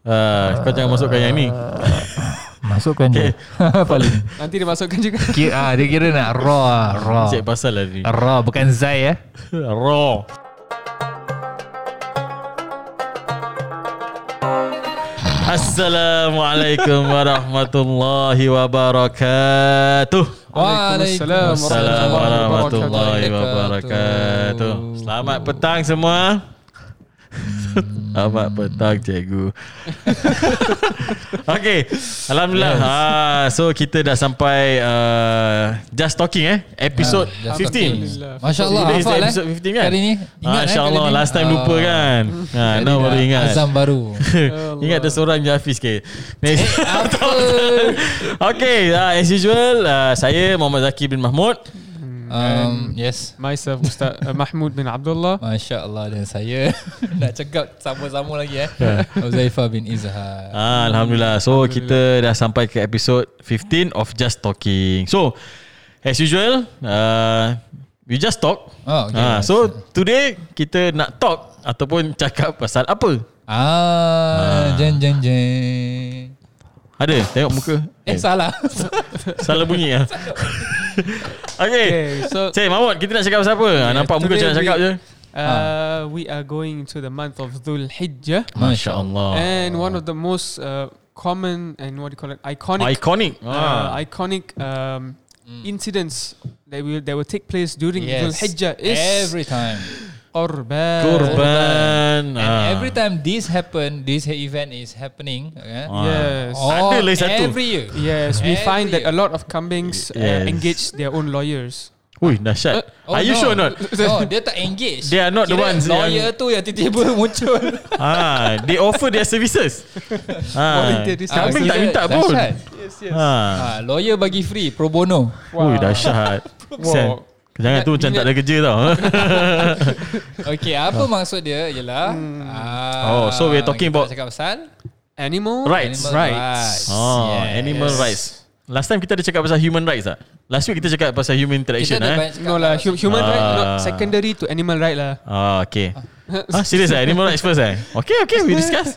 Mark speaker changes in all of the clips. Speaker 1: Ah, kau jangan masukkan yang ni.
Speaker 2: Masukkan je Paling
Speaker 3: Nanti dia masukkan juga.
Speaker 2: Kira, ah, Dia kira nak raw ah, Raw
Speaker 1: Cek pasal lah ni.
Speaker 2: Raw Bukan Zai eh
Speaker 1: Raw. Assalamualaikum warahmatullahi wabarakatuh.
Speaker 3: Waalaikumsalam
Speaker 1: Assalamualaikum warahmatullahi wabarakatuh. Selamat petang semua. Selamat petang cikgu. okay, alhamdulillah. Yes. Ah, so kita dah sampai uh, just talking eh, episode 15.
Speaker 4: Masya Allah
Speaker 1: Today is the
Speaker 4: hafal eh
Speaker 1: episode 15 kan?
Speaker 4: Hari ni
Speaker 1: Ah,
Speaker 4: Ingat eh
Speaker 1: InsyaAllah
Speaker 4: kali ni?
Speaker 1: Last time
Speaker 4: Ah,
Speaker 1: lupa kan ha, Now baru ingat
Speaker 4: Azam Eh, baru
Speaker 1: Ingat ada seorang je Hafiz ke Next
Speaker 4: Apa
Speaker 1: Okay uh, As usual uh, Saya Muhammad Zaki bin Mahmud Hmm.
Speaker 4: um, Yes
Speaker 3: Myself Ustaz uh, Mahmud bin Abdullah.
Speaker 4: Masya Allah dan saya Nak cakap sama-sama lagi eh
Speaker 1: Ya.
Speaker 4: Uzaifah bin Izhar
Speaker 1: ah, Alhamdulillah So kita dah sampai ke episode 15 Of Just Talking So As usual uh, We just talk
Speaker 4: Oh, okay.
Speaker 1: Ah, So today Kita nak talk Ataupun cakap pasal apa
Speaker 4: Ah, Jen jen jen
Speaker 1: Ada Tengok muka
Speaker 4: Eh salah
Speaker 1: Salah bunyi ah. okay.
Speaker 3: Okay, so-
Speaker 1: Cik Mahmud, kita nak cakap pasal apa? Yeah, nampak muka
Speaker 3: today
Speaker 1: macam nak cakap
Speaker 3: we-
Speaker 1: je.
Speaker 3: Uh, we are going to the month of Dhul Hijjah.
Speaker 1: Masya Allah.
Speaker 3: And one of the most uh, common and what do you call it? Iconic
Speaker 1: Iconic.
Speaker 3: uh,
Speaker 1: Ah.
Speaker 3: iconic um, incidents that will that will take place during Dhul
Speaker 4: Mm. Yes
Speaker 3: Hijjah is
Speaker 4: Every time
Speaker 3: Qurban.
Speaker 1: Kurban.
Speaker 4: And
Speaker 1: Ah.
Speaker 4: every time this happen This event is happening okay?
Speaker 1: Ah.
Speaker 3: Yes.
Speaker 1: Ada lagi satu.
Speaker 4: Every year
Speaker 3: Yes, we
Speaker 4: Oh. Every
Speaker 3: find that
Speaker 4: year.
Speaker 3: a lot of kambings
Speaker 1: Yes.
Speaker 3: uh, engage their own lawyers.
Speaker 1: Ui, dahsyat.
Speaker 4: Oh,
Speaker 1: Are you
Speaker 4: no.
Speaker 1: sure or not?
Speaker 4: No, dia tak engage.
Speaker 1: They are not the ones yang-
Speaker 4: lawyer tu yang tiba-tiba muncul.
Speaker 1: ah, they offer their services. ah.
Speaker 3: Volunteer this
Speaker 1: Kambing tak
Speaker 4: kira
Speaker 1: minta pun.
Speaker 4: dahsyat.
Speaker 3: Yes, yes.
Speaker 1: Ah.
Speaker 4: Ah, lawyer bagi free pro bono.
Speaker 1: Ui, dahsyat. Kesian.
Speaker 3: Wow.
Speaker 1: Jangan tu macam tak ada kerja tau.
Speaker 4: Okay, apa maksud dia ialah ah,
Speaker 1: Oh, so we're talking
Speaker 4: kita nak
Speaker 1: about-
Speaker 4: cakap pasal
Speaker 3: Animal.
Speaker 1: rights.
Speaker 4: animal
Speaker 3: rights.
Speaker 4: rights.
Speaker 1: Oh, animal
Speaker 4: Yes.
Speaker 1: rights. Last time kita ada cakap pasal human rights tak? Last week kita cakap pasal human
Speaker 4: Kita
Speaker 1: interaction
Speaker 4: ada
Speaker 1: eh.
Speaker 4: banyak cakap
Speaker 3: No lah,
Speaker 4: pasal-
Speaker 3: hu- human right not
Speaker 1: Ah.
Speaker 3: secondary to animal right lah.
Speaker 1: Ah, okay. ah, serious eh? Animal rights first eh? Okay, okay. We discuss.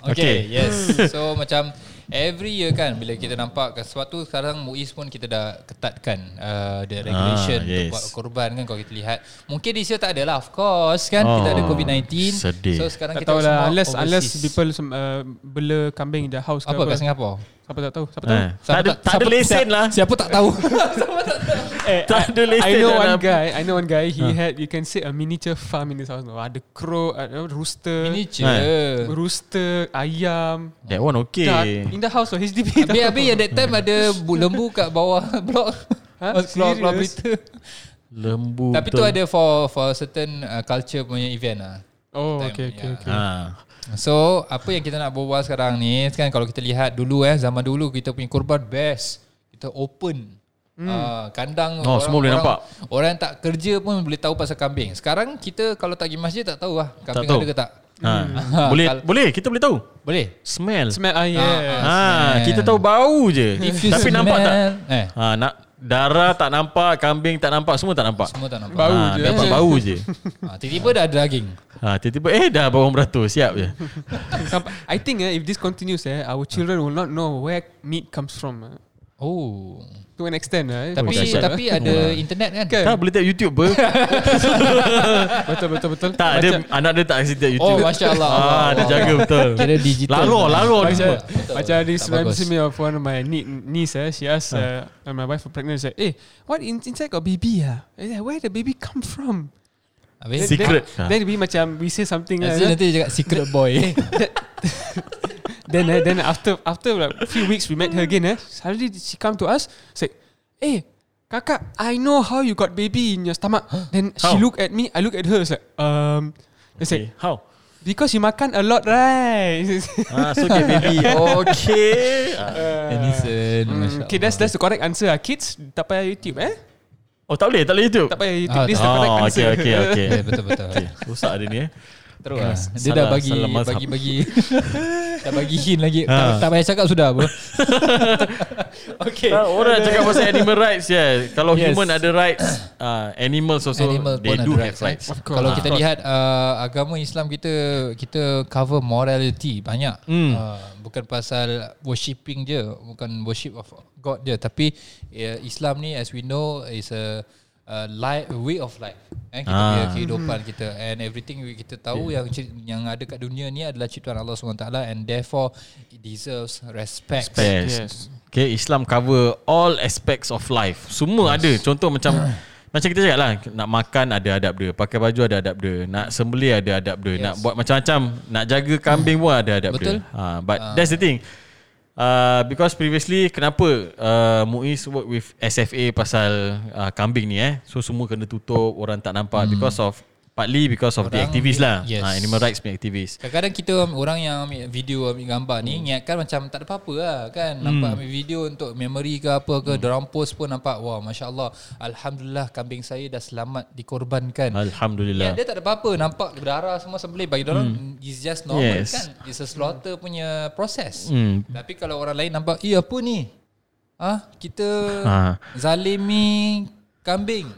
Speaker 4: Okay,
Speaker 1: Okay. Hmm.
Speaker 4: yes. So macam every year kan bila kita nampak ke sesuatu sekarang MUIS pun kita dah ketatkan uh, the regulation
Speaker 1: Ah,
Speaker 4: ah,
Speaker 1: yes.
Speaker 4: yes. buat korban kan kalau kita lihat. Mungkin this year tak ada lah of course kan kita
Speaker 1: Oh,
Speaker 4: ada COVID-19.
Speaker 1: sedih.
Speaker 4: So sekarang
Speaker 3: Tak
Speaker 4: kita
Speaker 3: tahu
Speaker 4: semua
Speaker 3: lah unless
Speaker 4: overseas.
Speaker 3: unless people sem- uh, bela kambing in their house ke
Speaker 4: apa kat Singapura?
Speaker 3: Siapa tak tahu? Siapa tahu?
Speaker 1: Ah, tak ada, tak ada lesen lah.
Speaker 4: Siapa tak tahu?
Speaker 1: Tak ada
Speaker 3: I
Speaker 1: lesen Ah.
Speaker 3: know
Speaker 1: lah.
Speaker 3: one guy. I know one guy. He had you can say a miniature farm in his house. No, ada crow, ada rooster,
Speaker 4: Ini je.
Speaker 3: rooster, ayam.
Speaker 1: That one
Speaker 3: Duck
Speaker 1: okay.
Speaker 3: in the house of HDB.
Speaker 4: Habis-habis yang that time ada bu- lembu kat bawah blok.
Speaker 3: Ha?
Speaker 4: Ha? Keluar, keluar
Speaker 3: Serious?
Speaker 4: berita.
Speaker 1: Lembu.
Speaker 4: Tapi tu
Speaker 1: betul.
Speaker 4: ada for for certain uh, culture punya event lah.
Speaker 3: Oh,
Speaker 4: Time,
Speaker 3: okay, okay,
Speaker 4: yeah.
Speaker 3: okay.
Speaker 1: Ah.
Speaker 4: So apa yang kita nak berbual sekarang ni kan kalau kita lihat dulu eh zaman dulu kita punya korban best kita open hmm. uh, kandang
Speaker 1: Oh, semua boleh
Speaker 4: orang,
Speaker 1: nampak.
Speaker 4: orang yang tak kerja pun boleh tahu pasal kambing sekarang kita kalau tak pergi masjid tak tahu lah kambing
Speaker 1: tahu.
Speaker 4: ada ke tak
Speaker 1: Ah. Boleh
Speaker 4: Hmm. Kalau-
Speaker 1: boleh kita boleh tahu.
Speaker 4: boleh
Speaker 1: Smell.
Speaker 3: Smell ah yeah.
Speaker 1: Ah,
Speaker 4: Smell.
Speaker 1: kita tahu bau je. Tapi nampak tak?
Speaker 4: eh
Speaker 1: Ha, nak darah tak nampak, kambing tak nampak, semua tak nampak.
Speaker 4: semua tak nampak
Speaker 3: Bau
Speaker 1: Ah,
Speaker 3: je.
Speaker 1: Dapat bau je.
Speaker 4: ha, tiba-tiba dah ada daging
Speaker 1: Ha, tiba-tiba eh dah bau beratur, siap je.
Speaker 3: Eh. Sampai- I think eh, if this continues, eh, our children will not know where meat comes from. eh.
Speaker 4: oh
Speaker 3: To an extent, eh.
Speaker 4: tapi
Speaker 1: dahsyat.
Speaker 4: tapi ada internet kan
Speaker 3: Kan?
Speaker 1: tak boleh tengok YouTube ber.
Speaker 3: betul betul betul.
Speaker 1: tak ada
Speaker 3: macam,
Speaker 1: anak dia tak kasi tengok
Speaker 4: oh
Speaker 1: YouTube.
Speaker 4: masya Allah
Speaker 1: ah, dia jaga betul.
Speaker 4: kira digital
Speaker 1: Laror, laror ni
Speaker 3: macam,
Speaker 1: semua.
Speaker 4: Betul.
Speaker 3: macam
Speaker 4: Tak
Speaker 3: this reminds
Speaker 4: bagus.
Speaker 3: me of one of my nie- niece. Eh, she asked,
Speaker 1: Ha.
Speaker 3: uh, when my wife was pregnant. She said, "Hey, what in, inside got baby? Ah, I said, where the baby come from?"
Speaker 4: Habis?
Speaker 1: Secret. Ah.
Speaker 3: Then, then we macam we say something.
Speaker 1: Ya,
Speaker 4: Nanti,
Speaker 3: eh,
Speaker 4: nanti dia cakap secret
Speaker 1: Eh,
Speaker 4: boy
Speaker 3: Then eh, then after after like few weeks we met her again eh. Suddenly she come to us say, "Hey, kakak, I know how you got baby in your stomach." Then she
Speaker 1: How?
Speaker 3: look at me, I look at her. It's like um, I
Speaker 1: Okay, Eh,
Speaker 3: say
Speaker 1: how?
Speaker 3: because you makan a lot, right?
Speaker 1: Ah, so okay eh, ah. baby. Okay.
Speaker 4: Innocent
Speaker 3: Mm, Eh, okay, that's that's the correct answer. ah. Kids, tak payah YouTube eh.
Speaker 1: Oh, tak boleh, tak boleh YouTube.
Speaker 3: Tak payah YouTube.
Speaker 4: Ah,
Speaker 3: this is the correct
Speaker 1: Oh,
Speaker 3: answer.
Speaker 1: okay, okay, okay.
Speaker 4: Betul-betul
Speaker 1: Rosak dia ni eh.
Speaker 4: Terus lah. Dia
Speaker 1: Salah-
Speaker 4: dah bagi
Speaker 1: salah mazhab.
Speaker 4: bagi bagi dah bagi hint lagi.
Speaker 1: Ha.
Speaker 4: Tak, tak payah cakap sudah apa. okay.
Speaker 1: Ah, Orang nak cakap pasal animal rights ya. Kalau
Speaker 4: Yes.
Speaker 1: human ada rights, uh, animals also
Speaker 4: Animal
Speaker 1: they
Speaker 4: pun
Speaker 1: do
Speaker 4: ada
Speaker 1: have rights.
Speaker 4: Of course. Kalau
Speaker 1: Ah.
Speaker 4: kita lihat uh, agama Islam kita kita cover morality banyak.
Speaker 1: Hmm.
Speaker 4: Uh, bukan pasal worshipping je, bukan worship of God je, tapi uh, Islam ni as we know is a Uh, life, way of life eh, kita
Speaker 1: Ah.
Speaker 4: punya kehidupan kita and everything we- kita tahu yang cip- yang ada kat dunia ni adalah ciptaan Allah SWT and therefore it deserves respect,
Speaker 1: Yes.
Speaker 3: Yes.
Speaker 1: Okay, Islam cover all aspects of life. Semua yes. ada. Contoh macam macam kita cakap lah Nak makan ada adab dia Pakai baju ada adab dia Nak sembelih ada adab dia yes. Nak
Speaker 4: Yes.
Speaker 1: buat macam-macam Nak jaga kambing pun ada adab
Speaker 4: Betul.
Speaker 1: dia ha,
Speaker 4: Ah.
Speaker 1: But uh. that's the thing uh, Because previously Kenapa uh, Muiz work with SFA Pasal uh, kambing ni eh So semua kena tutup Orang tak nampak hmm. Because of Partly because of the
Speaker 4: Orang-
Speaker 1: activists lah
Speaker 4: Yes.
Speaker 1: ha, Animal rights punya activists
Speaker 4: Kadang-kadang kita orang yang ambil video ambil gambar ni hmm. ingatkan macam tak ada apa-apa lah kan. Nampak ambil video untuk memory ke apa ke, hmm. dorang post pun nampak wah masya-Allah alhamdulillah kambing saya dah selamat dikorbankan. Ya,
Speaker 1: Alhamdulillah
Speaker 4: dia tak ada apa-apa nampak berdarah semua sembelih bagi dorang hmm. it's just normal
Speaker 1: Yes.
Speaker 4: yes. kan. It's a slaughter punya proses.
Speaker 1: Hmm.
Speaker 4: Tapi kalau orang lain nampak, "Eh apa ni? Ah, kita
Speaker 1: Ah.
Speaker 4: zalimi kambing."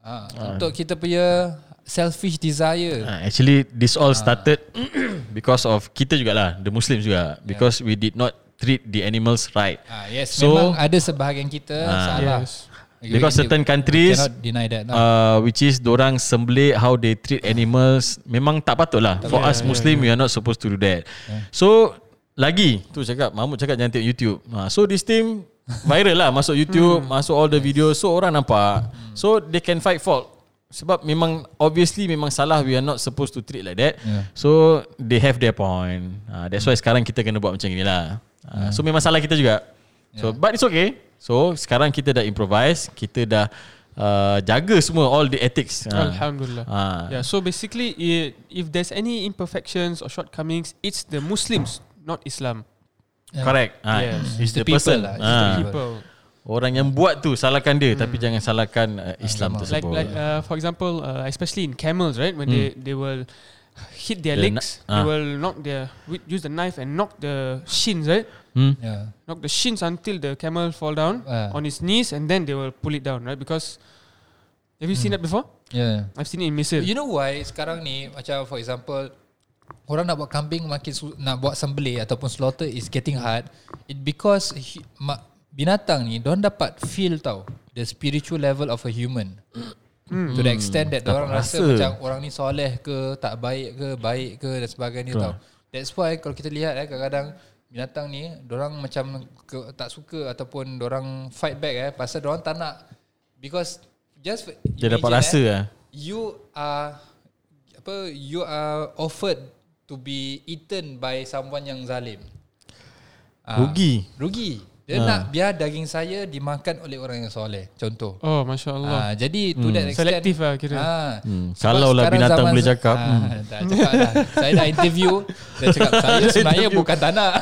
Speaker 4: Ah, untuk kita punya selfish desire.
Speaker 1: Uh, actually this all started because of kita jugalah the Muslims juga because we did not treat the animals right.
Speaker 4: Ah
Speaker 1: So-
Speaker 4: yes, so, memang ada sebahagian kita
Speaker 1: Ah,
Speaker 4: ah, salah.
Speaker 3: yes.
Speaker 4: Yes.
Speaker 1: Because certain countries
Speaker 4: cannot deny that. No.
Speaker 1: uh, which is orang sembelih how they treat animals memang tak patut Ya. lah. For us Muslim we are not supposed to do that. So lagi tu cakap Mahmud cakap jangan tengok YouTube. Ha, so this team viral lah masuk YouTube, masuk all the video so orang nampak. So they can fight fault. Sebab memang obviously memang salah we are not supposed to treat like that.
Speaker 4: Yeah.
Speaker 1: So they have their point. Uh, that's why sekarang kita kena buat macam inilah. Uh, So memang salah kita juga. So but it's okay. So sekarang kita dah improvise, kita dah uh, jaga semua all the ethics. Ah.
Speaker 3: Alhamdulillah.
Speaker 1: Ah.
Speaker 3: Yeah, so basically, i- if there's any imperfections or shortcomings, it's the Muslims, not Islam.
Speaker 1: Correct. Ah,
Speaker 3: Yes.
Speaker 1: It's the
Speaker 4: the people
Speaker 1: person.
Speaker 4: lah. It's the
Speaker 1: Ah.
Speaker 4: people.
Speaker 3: People.
Speaker 1: Orang yang buat tu salahkan dia tapi jangan salahkan uh, Islam
Speaker 4: Agama.
Speaker 1: tersebut.
Speaker 3: Like, Hmm. like uh, for example, uh, especially in camels, right? When they, they will hit their
Speaker 1: The kn-
Speaker 3: legs,
Speaker 1: Hmm. ah.
Speaker 3: they will knock their, wi- use the knife and knock the shins, right?
Speaker 1: hmm?
Speaker 4: yeah.
Speaker 3: Knock the shins until the camel fall down
Speaker 4: Ah.
Speaker 3: on his knees and then they will pull it down, right? Because have you seen that before?
Speaker 4: yeah.
Speaker 3: I've seen it in Mesir.
Speaker 4: Hmm. You know why sekarang ni macam for example orang nak buat kambing makin su- nak buat sembelih ataupun slaughter is getting hard it because hu- ma- binatang ni don dapat feel tau the spiritual level of a human to the extent that orang
Speaker 1: Dapat
Speaker 4: rasa,
Speaker 1: Hmm. rasa.
Speaker 4: macam orang ni soleh ke tak baik ke baik ke dan sebagainya
Speaker 1: Betul.
Speaker 4: tau that's why kalau kita lihat eh kadang-kadang binatang ni orang macam ke, tak suka ataupun orang fight back eh pasal orang tak nak because just eh,
Speaker 1: Dia dapat
Speaker 3: eh?
Speaker 1: rasa lah.
Speaker 4: you are apa you are offered to be eaten by someone yang zalim. Ah,
Speaker 1: Rugi.
Speaker 4: Rugi. Dia
Speaker 3: Ah.
Speaker 4: ha. nak biar daging saya dimakan oleh orang yang soleh. Contoh.
Speaker 3: Oh, masya Allah.
Speaker 4: Ah, jadi to hmm. that extent
Speaker 3: Selektif lah kira.
Speaker 4: Ah,
Speaker 1: Hmm.
Speaker 4: sebab
Speaker 1: Kalau lah
Speaker 4: sekarang
Speaker 1: binatang
Speaker 4: zaman-
Speaker 1: boleh cakap.
Speaker 4: Ah,
Speaker 1: Hmm.
Speaker 4: dah cakap dah. saya dah interview. Saya cakap saya sebenarnya bukan tak nak.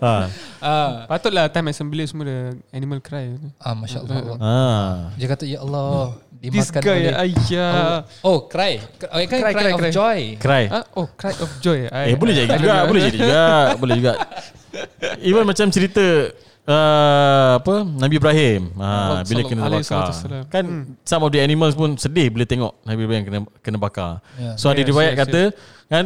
Speaker 1: Ah.
Speaker 4: ah.
Speaker 3: Patutlah time assembly semua the animal cry. you know.
Speaker 4: ah, masya-Allah.
Speaker 1: ah.
Speaker 4: Dia kata ya
Speaker 3: Hmm.
Speaker 4: Allah
Speaker 1: Hmm.
Speaker 3: This
Speaker 4: dimakan
Speaker 3: guy,
Speaker 4: oleh
Speaker 3: ayah.
Speaker 4: Oh, cry. Okay, cry,
Speaker 3: Cry,
Speaker 4: cry,
Speaker 3: cry,
Speaker 4: of
Speaker 3: cry.
Speaker 4: joy.
Speaker 1: Cry.
Speaker 3: Ah, oh, cry of joy.
Speaker 1: Eh boleh jadi juga, boleh jadi juga, boleh juga. Even macam cerita uh, apa Nabi Ibrahim ha,
Speaker 3: Allah
Speaker 1: bila kena
Speaker 3: Sallallahu Alaihi
Speaker 1: terbakar.
Speaker 3: Wasallam.
Speaker 1: Kan some of the animals pun sedih bila tengok Nabi Ibrahim kena kena bakar.
Speaker 4: Ya.
Speaker 1: So ada
Speaker 3: Yes,
Speaker 1: riwayat
Speaker 3: yes,
Speaker 1: kata kan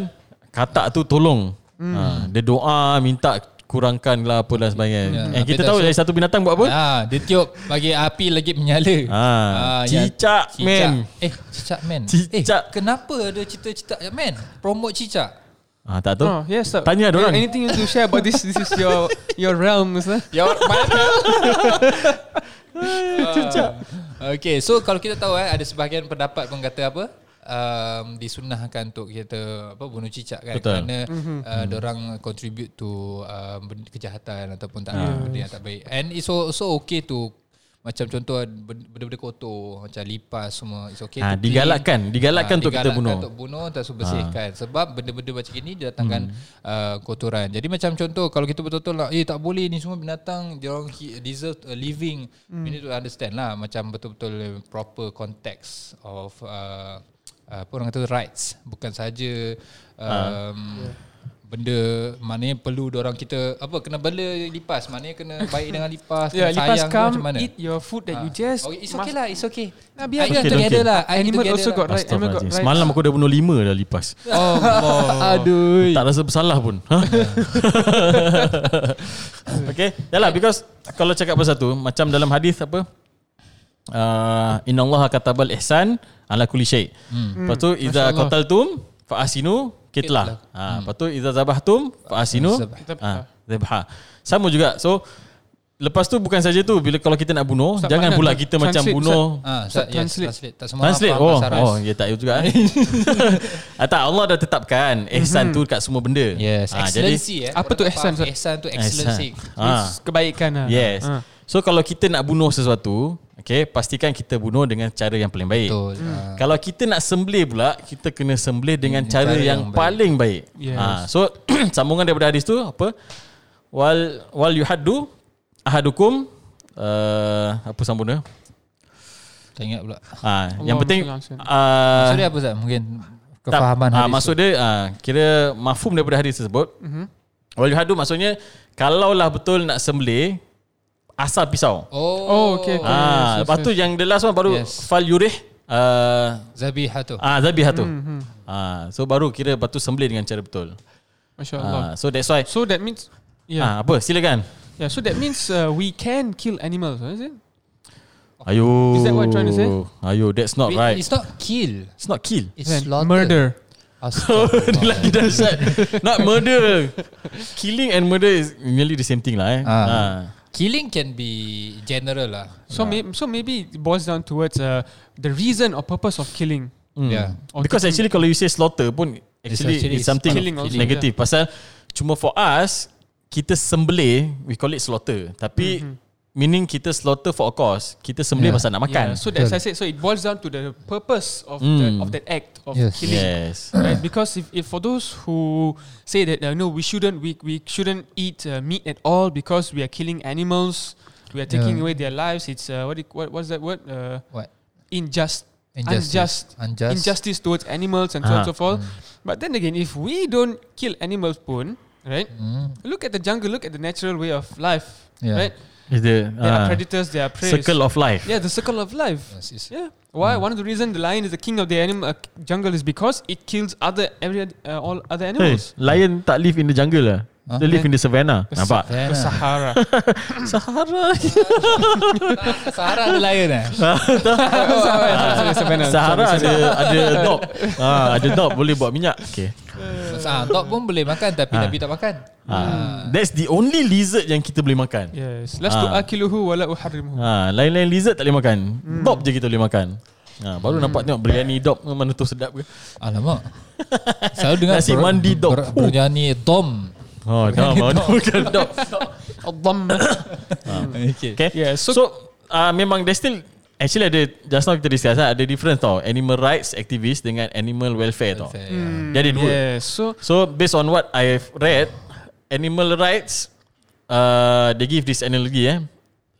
Speaker 1: katak tu tolong.
Speaker 3: Hmm.
Speaker 1: Ha, dia doa minta kurangkan lah apa dan sebagainya.
Speaker 4: Ya.
Speaker 1: Eh, kita
Speaker 4: Tapi
Speaker 1: tahu
Speaker 4: tak-
Speaker 1: dari satu binatang buat apa?
Speaker 4: Ah, dia tiup bagi api lagi menyala.
Speaker 1: Ah,
Speaker 4: ya.
Speaker 1: cicak, man.
Speaker 4: Eh, cicak man.
Speaker 1: Cicak.
Speaker 4: Eh, kenapa ada cita-cita man? Promote cicak.
Speaker 1: Ah, tak tahu.
Speaker 3: Oh, yes, sir.
Speaker 1: Tanya dia orang.
Speaker 3: Anything you want to share about this? This is your your realm, sir.
Speaker 4: Ya, mana? cicak. Ah, Okay, so kalau kita tahu eh, ada sebahagian pendapat pun kata apa? Um, disunahkan untuk kita apa bunuh cicak kan
Speaker 1: Betul.
Speaker 4: kerana mm-hmm. uh, orang contribute to uh, ben- kejahatan ataupun tak yeah. benda yang tak baik and it's also okay to macam contoh ben- benda-benda kotor macam lipas semua it's okay
Speaker 1: Ah,
Speaker 4: to clean. Ah,
Speaker 1: digalakkan, digalakkan untuk kita
Speaker 4: digalakkan
Speaker 1: bunuh.
Speaker 4: untuk bunuh tak suruh bersihkan ha. sebab benda-benda macam ini datangkan hmm. uh, kotoran. Jadi macam contoh kalau kita betul-betul lah eh tak boleh ni semua binatang dia orang he- deserve a living. Hmm. We need to understand lah macam betul-betul proper context of uh, apa orang kata rights bukan saja um, benda maknanya perlu orang kita apa kena bela lipas maknanya kena baik dengan lipas
Speaker 3: Yeah,
Speaker 4: kena
Speaker 3: Ya, lipas
Speaker 4: sayang ke
Speaker 3: come,
Speaker 4: macam mana
Speaker 3: eat your food that
Speaker 4: Ah.
Speaker 3: you just
Speaker 4: oh, it's okay lah it's okay
Speaker 3: Nah, biar
Speaker 4: I eat
Speaker 1: okay,
Speaker 4: together
Speaker 1: okay.
Speaker 4: lah I eat
Speaker 3: Animal
Speaker 4: together
Speaker 3: also
Speaker 4: lah.
Speaker 3: got right. Animal got
Speaker 1: Astaghfirullahaladzim.
Speaker 3: right.
Speaker 1: Semalam aku dah bunuh lima dah lipas.
Speaker 3: Oh, aduh.
Speaker 1: Tak rasa bersalah pun. Ha? okay. Yalah because kalau cakap pasal tu macam dalam hadis apa? Uh, inna Allah katabal ihsan ala kulli syai. Hmm. Lepas tu iza
Speaker 3: Masya Allah.
Speaker 1: qataltum fa asinu kitlah. Ha, lepas tu iza zabahtum fa asinu
Speaker 4: Zabah.
Speaker 1: ha, zabha. Sama juga. So lepas tu bukan saja tu bila kalau kita nak bunuh
Speaker 3: Ustaz,
Speaker 1: jangan
Speaker 3: mana
Speaker 1: pula
Speaker 3: tu?
Speaker 1: kita macam
Speaker 3: Translate,
Speaker 1: bunuh
Speaker 3: Ustaz,
Speaker 4: Ah, Ustaz, yes,
Speaker 3: translate.
Speaker 4: translate. Tak semua
Speaker 1: Translate
Speaker 4: faham
Speaker 1: Oh,
Speaker 4: bahasa Arab.
Speaker 1: oh ya tak juga eh. ah, tak Allah dah tetapkan ihsan
Speaker 3: Mhm.
Speaker 1: tu dekat semua benda.
Speaker 4: Yes,
Speaker 1: Ah,
Speaker 4: excellency eh.
Speaker 3: Apa tu
Speaker 4: Orang
Speaker 3: ihsan,
Speaker 4: faham
Speaker 3: Ustaz?
Speaker 4: Ihsan tu excellency.
Speaker 1: Ah,
Speaker 3: It's Kebaikan lah.
Speaker 1: yes.
Speaker 3: Ah.
Speaker 1: So kalau kita nak bunuh sesuatu, okay, pastikan kita bunuh dengan cara yang paling baik.
Speaker 4: Betul.
Speaker 3: Hmm.
Speaker 4: Ah.
Speaker 1: Kalau kita nak sembelih pula, kita kena sembelih dengan cara,
Speaker 4: cara
Speaker 1: yang,
Speaker 4: yang baik.
Speaker 1: paling baik.
Speaker 3: Yes.
Speaker 1: Ah, so sambungan daripada hadis tu apa? Wal wal yuhaddu ahadukum uh, apa sambungnya?
Speaker 4: Tak ingat pula.
Speaker 1: Ah, yang penting
Speaker 3: Allahumma
Speaker 1: ah,
Speaker 3: salli
Speaker 4: Maksud dia apa Ustaz? Mungkin kefahaman
Speaker 1: tak, ah,
Speaker 4: hadis
Speaker 1: Maksud dia ah, Kira mafhum daripada hadis tersebut
Speaker 3: Mhm.
Speaker 1: mm-hmm. Wal yuhadu maksudnya Kalaulah betul nak sembelih Asal pisau
Speaker 4: tu. Oh,
Speaker 3: Oh, okay. okay.
Speaker 1: ah, Lepas tu yang the last one Baru
Speaker 4: Yes.
Speaker 1: fal yurih uh,
Speaker 4: Zabiha tu.
Speaker 1: ah, Zabihah tu
Speaker 3: Mhm,
Speaker 1: mm-hmm. ah, So baru kira Lepas tu sembelih dengan cara betul
Speaker 3: Masya Allah. Ya.
Speaker 1: ah, So that's why
Speaker 3: So that means, yeah,
Speaker 1: yeah. ah, Apa silakan
Speaker 3: yeah. So that means uh, we can kill animals, is it?
Speaker 1: Ayo
Speaker 3: Is that what you're trying to say?
Speaker 1: Ayo that's not
Speaker 4: Wait,
Speaker 1: right
Speaker 4: It's not kill.
Speaker 1: It's not kill Oh,
Speaker 4: It's
Speaker 3: Then Kan,
Speaker 4: slaughter. Ah,
Speaker 3: Murder.
Speaker 1: Dia lagi dahsyat Not murder Killing and murder Is nearly the same thing lah eh
Speaker 4: Ah.
Speaker 1: ah.
Speaker 4: Killing can be general lah.
Speaker 3: So, may, so maybe it boils down towards uh, the reason or purpose of killing.
Speaker 1: Hmm.
Speaker 4: Yeah.
Speaker 3: Or
Speaker 1: Because actually kalau you say slaughter pun actually,
Speaker 4: actually
Speaker 1: it's something
Speaker 3: killing also,
Speaker 1: negative pasal cuma for us kita sembelih we call it slaughter tapi
Speaker 3: Mm-hmm.
Speaker 1: meaning kita slaughter for a cause kita sembelih
Speaker 4: Yeah.
Speaker 1: pasal nak makan.
Speaker 3: Mhm. Yeah, so that's I said. So it boils down to the purpose of
Speaker 1: Mm.
Speaker 3: the, of that act of
Speaker 4: Yes.
Speaker 3: killing.
Speaker 1: yes.
Speaker 3: right? Because if, if for those who say that uh, no, we shouldn't, we, we shouldn't eat uh, meat at all because we are killing animals, we are taking
Speaker 4: Yeah.
Speaker 3: away their lives. It's uh, what, it, what what's that word? Uh,
Speaker 4: What?
Speaker 3: injust,
Speaker 4: Injustice.
Speaker 3: Unjust.
Speaker 4: Unjust.
Speaker 3: injustice towards animals and so on and so forth. But then again, if we don't kill animals, poon, right?
Speaker 4: Mm.
Speaker 3: Look at the jungle. Look at the natural way of life,
Speaker 4: Yeah.
Speaker 3: right?
Speaker 1: Is the
Speaker 3: There are
Speaker 1: ah,
Speaker 3: predators, there are prey.
Speaker 1: circle of life.
Speaker 3: Yeah, the circle of life.
Speaker 4: Yes, it's-
Speaker 3: Yeah. Why? One of the reason the lion is the king of the animal uh, jungle is because it kills other every uh, all other
Speaker 1: Hey,
Speaker 3: animals.
Speaker 1: lion tak live in the jungle lah.
Speaker 4: Huh?
Speaker 1: They live in the savannah.
Speaker 3: The
Speaker 1: Nampak?
Speaker 4: Then,
Speaker 3: The
Speaker 4: ah,
Speaker 3: Sahara.
Speaker 1: Sahara.
Speaker 4: Sahara ada lion eh? oh,
Speaker 1: Ah. Sahara ada ada dog. Ah, ada dog boleh buat minyak. Okay.
Speaker 4: Ah, dog pun boleh makan tapi
Speaker 1: Ah.
Speaker 4: Nabi tak makan.
Speaker 1: Ah, that's the only lizard yang kita boleh makan.
Speaker 3: yes. Last to
Speaker 1: Ah.
Speaker 3: akiluhu wala uharrimuhu.
Speaker 1: Ha, lain-lain lizard tak boleh makan. Hmm. Dob je kita boleh makan. Ha, baru hmm. nampak tengok biryani dob mana tu sedap ke.
Speaker 4: Alamak. Selalu dengar
Speaker 1: Nasi mandi dog.
Speaker 4: ber- Biryani dom.
Speaker 1: Oh, dah mana bukan dob.
Speaker 4: Okay.
Speaker 1: Okay.
Speaker 3: Yeah,
Speaker 1: So,
Speaker 3: so-
Speaker 1: so uh, memang there's still actually ada just now kita discuss lah, ada difference tau. Animal rights activist dengan animal welfare, tau.
Speaker 4: Welfare,
Speaker 1: Dia ada dua.
Speaker 3: Hmm, Yeah, so
Speaker 1: So based on what I've read, animal rights uh, they give this analogy eh.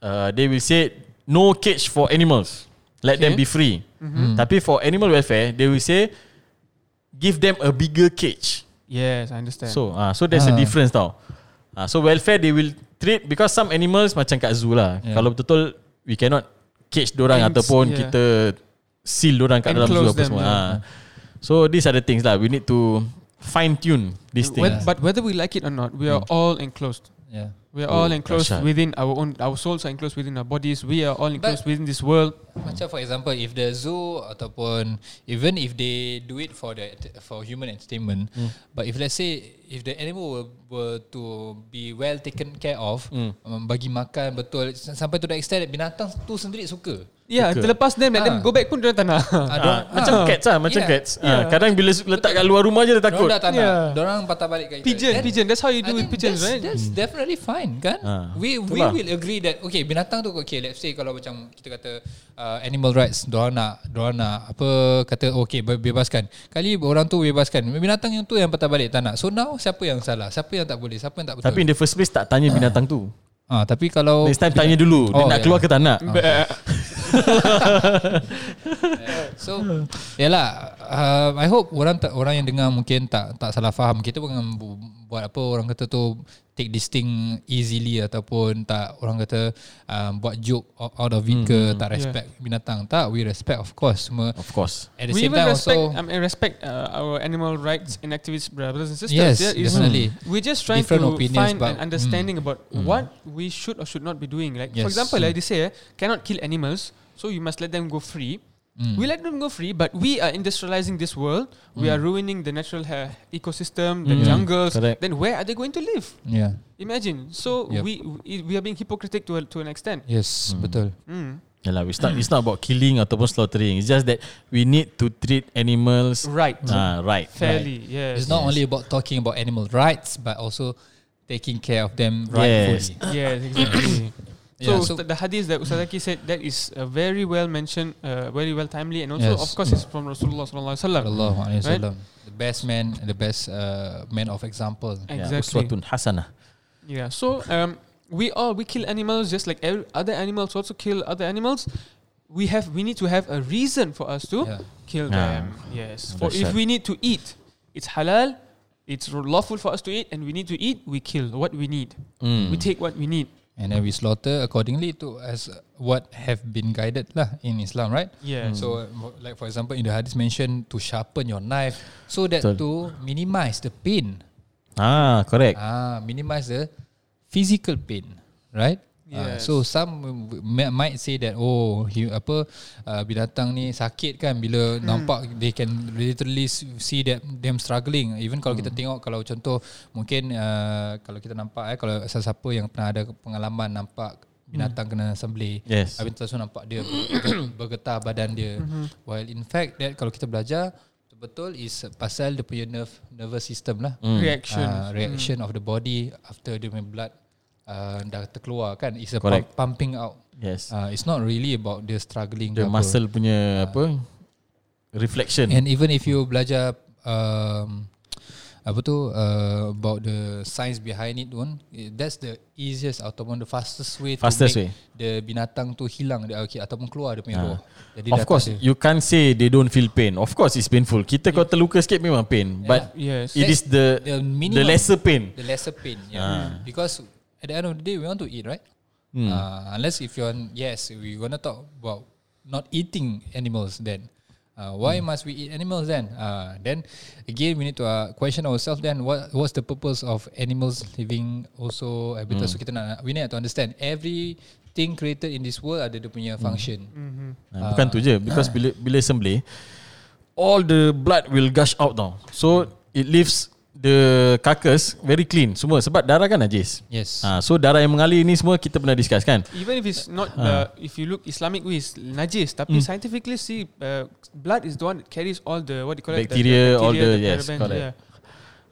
Speaker 1: Uh, they will say no cage for animals. Let them be free.
Speaker 3: Okay.
Speaker 1: Tapi for animal welfare, they will say give them a bigger cage.
Speaker 3: yes, I understand.
Speaker 1: So ah uh, so there's a
Speaker 4: Ah.
Speaker 1: difference tau. Ah uh, so welfare they will treat because some animals macam kat zoo lah.
Speaker 4: Yeah.
Speaker 1: Kalau betul-betul we cannot cage dorang
Speaker 3: Enclose,
Speaker 1: ataupun
Speaker 3: yeah.
Speaker 1: kita seal dorang kat dalam zoo
Speaker 3: Enclose
Speaker 1: apa
Speaker 3: them,
Speaker 1: semua.
Speaker 3: yeah.
Speaker 1: Yeah. So these are the things lah we need to fine tune these things.
Speaker 3: Whe- but whether we like it or not, we are all enclosed.
Speaker 4: Yeah.
Speaker 3: We are
Speaker 1: Oh,
Speaker 3: all enclosed
Speaker 1: dahsyat.
Speaker 3: within our own. Our souls are enclosed within our bodies. We are all enclosed within this world.
Speaker 4: Macam for example if the zoo ataupun even if they do it for the for human entertainment mm.
Speaker 1: Hmm.
Speaker 4: but if let's say if the animal were, were to be well taken care of
Speaker 1: Hmm.
Speaker 4: mm. um, bagi makan betul s- sampai to the extent that binatang tu sendiri suka.
Speaker 3: Yeah,
Speaker 1: Betul.
Speaker 3: terlepas them, let them
Speaker 4: Ah.
Speaker 3: go back pun dia tak nak.
Speaker 1: Ah, macam cats lah Macam
Speaker 4: Yeah.
Speaker 1: cats ah, Kadang bila su- letak kat luar rumah je Dia takut
Speaker 4: Dorang dah tak nak.
Speaker 3: Yeah.
Speaker 4: Dorang patah balik kat kita.
Speaker 3: Pigeon,
Speaker 4: Then-
Speaker 3: pigeon. That's how you
Speaker 4: I
Speaker 3: do with
Speaker 4: think
Speaker 3: pigeons,
Speaker 4: that's,
Speaker 3: right?
Speaker 4: That's definitely fine kan?
Speaker 1: Hmm. Ah.
Speaker 4: We we
Speaker 1: Itulah.
Speaker 4: will agree that okay binatang tu okay let's say kalau macam kita kata uh, animal rights dorang nak dorang nak apa kata okay be- bebaskan. Kali orang tu bebaskan. Binatang yang tu yang patah balik tak nak. So now siapa yang salah? Siapa yang tak boleh? Siapa yang tak betul?
Speaker 1: Tapi in the first place Tak tanya binatang tu
Speaker 4: ah tapi kalau
Speaker 1: Next time tanya dulu Dia nak
Speaker 4: Oh, yeah.
Speaker 1: keluar ke tak nak
Speaker 4: So Yalah uh, I hope orang tak, orang yang dengar mungkin tak tak salah faham Kita bukan bu- buat apa orang kata tu Take this thing easily Ataupun tak orang kata um, Buat joke o- out of it
Speaker 3: Mm-hmm.
Speaker 4: ke Tak respect yeah. binatang Tak we respect of course Semua
Speaker 1: Of course.
Speaker 4: At the
Speaker 3: We
Speaker 4: same
Speaker 3: even
Speaker 4: time
Speaker 3: respect,
Speaker 4: also
Speaker 3: I mean, respect uh, our animal rights and activist brothers and sisters.
Speaker 4: Yes,
Speaker 3: There is-
Speaker 4: definitely.
Speaker 3: We're just trying
Speaker 4: Different
Speaker 3: to
Speaker 4: opinions,
Speaker 3: find an
Speaker 4: but-
Speaker 3: understanding about what we should or should not be doing. Like for
Speaker 4: Yes.
Speaker 3: example, like they say, eh, cannot kill animals, so you must let them go free.
Speaker 4: mm, Hmm.
Speaker 3: We let them go free, but we are industrializing this world. We are ruining the natural uh, ecosystem, the
Speaker 1: Mm.
Speaker 4: Hmm.
Speaker 3: jungles.
Speaker 1: Correct.
Speaker 3: Then where are they going to live?
Speaker 4: Yeah
Speaker 3: Imagine. So
Speaker 4: Yep.
Speaker 3: we we are being hypocritic to a, to an extent.
Speaker 4: Yes betul
Speaker 3: Mm.
Speaker 1: Yalah, we start, it's not about killing ataupun slaughtering. It's just that we need to treat animals
Speaker 3: Right.
Speaker 1: uh, right.
Speaker 3: Fairly. Yes.
Speaker 4: It's not only about talking about animal rights, but also taking care of them rightfully.
Speaker 3: Yes, exactly. So,
Speaker 4: Yeah, so-
Speaker 3: Ustaz- the hadith that Ustazaki said that is uh, very well mentioned, uh, very well timely, and also
Speaker 4: Yes.
Speaker 3: of course it's from Rasulullah sallallahu alaihi wasallam.
Speaker 4: Sallallahu alaihi
Speaker 3: Right.
Speaker 4: wasallam. The best man, the best uh, man of example.
Speaker 1: Exactly. Yeah,
Speaker 3: Exactly.
Speaker 1: Ya, uswatun hasanah.
Speaker 3: Yeah. So um, we all we kill animals just like ev- other animals also kill other animals. We have we need to have a reason for us to
Speaker 4: Yeah.
Speaker 3: kill
Speaker 1: Yeah.
Speaker 3: them. Yes. For
Speaker 1: That's
Speaker 3: if
Speaker 1: right.
Speaker 3: we need to eat, it's halal. It's lawful for us to eat, and we need to eat. We kill what we need.
Speaker 4: Hmm.
Speaker 1: Mm.
Speaker 3: We
Speaker 1: Hmm.
Speaker 3: take what we need.
Speaker 4: And then we slaughter accordingly to as what have been guided lah in Islam, right?
Speaker 1: Mm.
Speaker 3: Yeah. So
Speaker 4: So, uh, mo- like for example, in the hadith mentioned to sharpen your knife so that to minimize the pain.
Speaker 1: Ah, correct.
Speaker 4: Ah, minimize the physical pain, right? Ah,
Speaker 3: Yes.
Speaker 4: so some w- m- might say that oh he, apa uh, binatang ni sakit kan bila nampak they can literally s- see that them struggling even kalau
Speaker 1: Hmm.
Speaker 4: kita tengok kalau contoh mungkin uh, kalau kita nampak eh kalau sesiapa yang pernah ada pengalaman nampak binatang kena sembelih
Speaker 1: Yes.
Speaker 4: habis terus nampak dia bergetar badan dia while in fact that kalau kita belajar betul is pasal dia punya nerve nervous system
Speaker 1: Hmm.
Speaker 4: lah
Speaker 1: Mm.
Speaker 3: reaction.
Speaker 4: uh, reaction of the body after the blood uh, dah terkeluar kan it's a
Speaker 1: Correct.
Speaker 4: pump, pumping out
Speaker 1: Yes.
Speaker 4: uh, it's not really about the struggling
Speaker 1: The
Speaker 4: ke apa. Ah.
Speaker 1: muscle punya apa? Reflection.
Speaker 4: and even if you belajar um, apa tu uh, about the science behind it pun eh, that's the easiest ataupun the fastest way
Speaker 1: Fastest way.
Speaker 4: to make the binatang tu hilang dia, okay, ataupun keluar dia punya
Speaker 1: Ah.
Speaker 4: roh jadi dah
Speaker 1: Of
Speaker 4: tak
Speaker 1: course,
Speaker 4: ada.
Speaker 1: you can't say they don't feel pain. Of course, it's painful. Kita kau terluka sikit memang pain, but
Speaker 3: Yes.
Speaker 1: it is the the
Speaker 4: the minimum
Speaker 1: lesser pain.
Speaker 4: the lesser pain yeah because at the end of the day we want to eat right uh, unless if you're yes we gonna talk about not eating animals then uh, why must we eat animals then uh, then again we need to uh, question ourselves then what what's the purpose of animals living also habitat so kita nak we need to understand every thing created in this world ada dia punya function
Speaker 1: Ah, Bukan tu je because bila bila sembelih all the blood will gush out now. So it leaves the carcass very clean semua sebab darah kan najis.
Speaker 4: yes
Speaker 1: Ah, so darah yang mengalir ni semua kita pernah discuss kan?
Speaker 3: Even if it's not
Speaker 1: uh.
Speaker 3: the, if you look Islamic ways najis,
Speaker 1: Mm.
Speaker 3: tapi scientifically see uh, blood is the one that carries all the what do you call
Speaker 1: Bacteria,
Speaker 3: it,
Speaker 1: all the- yes,
Speaker 3: parabens,
Speaker 1: correct.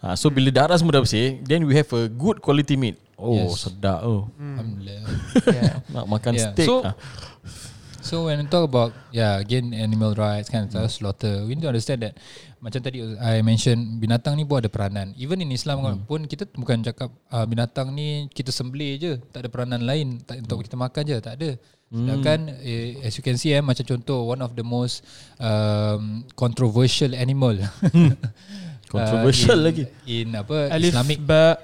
Speaker 1: Ah, so bila darah semua dah bersih, then we have a good quality meat. Oh,
Speaker 4: Yes.
Speaker 1: sedap oh.
Speaker 4: Alhamdulillah.
Speaker 3: Yeah.
Speaker 1: Nak makan
Speaker 4: Yeah.
Speaker 1: steak.
Speaker 3: So-
Speaker 1: ah.
Speaker 4: So when we talk about yeah again animal rights kan
Speaker 1: Hmm.
Speaker 4: mm. slaughter we need to understand that macam tadi I mention binatang ni pun ada peranan even in Islam
Speaker 1: Hmm.
Speaker 4: mm. pun kita bukan cakap uh, binatang ni kita sembelih je tak ada peranan lain tak
Speaker 1: Hmm.
Speaker 4: untuk kita makan je tak ada sedangkan eh, as you can see eh macam contoh one of the most um, controversial animal Uh,
Speaker 1: Controversial
Speaker 4: in,
Speaker 1: lagi.
Speaker 4: in apa
Speaker 3: Alif,
Speaker 4: Islamic
Speaker 3: ba,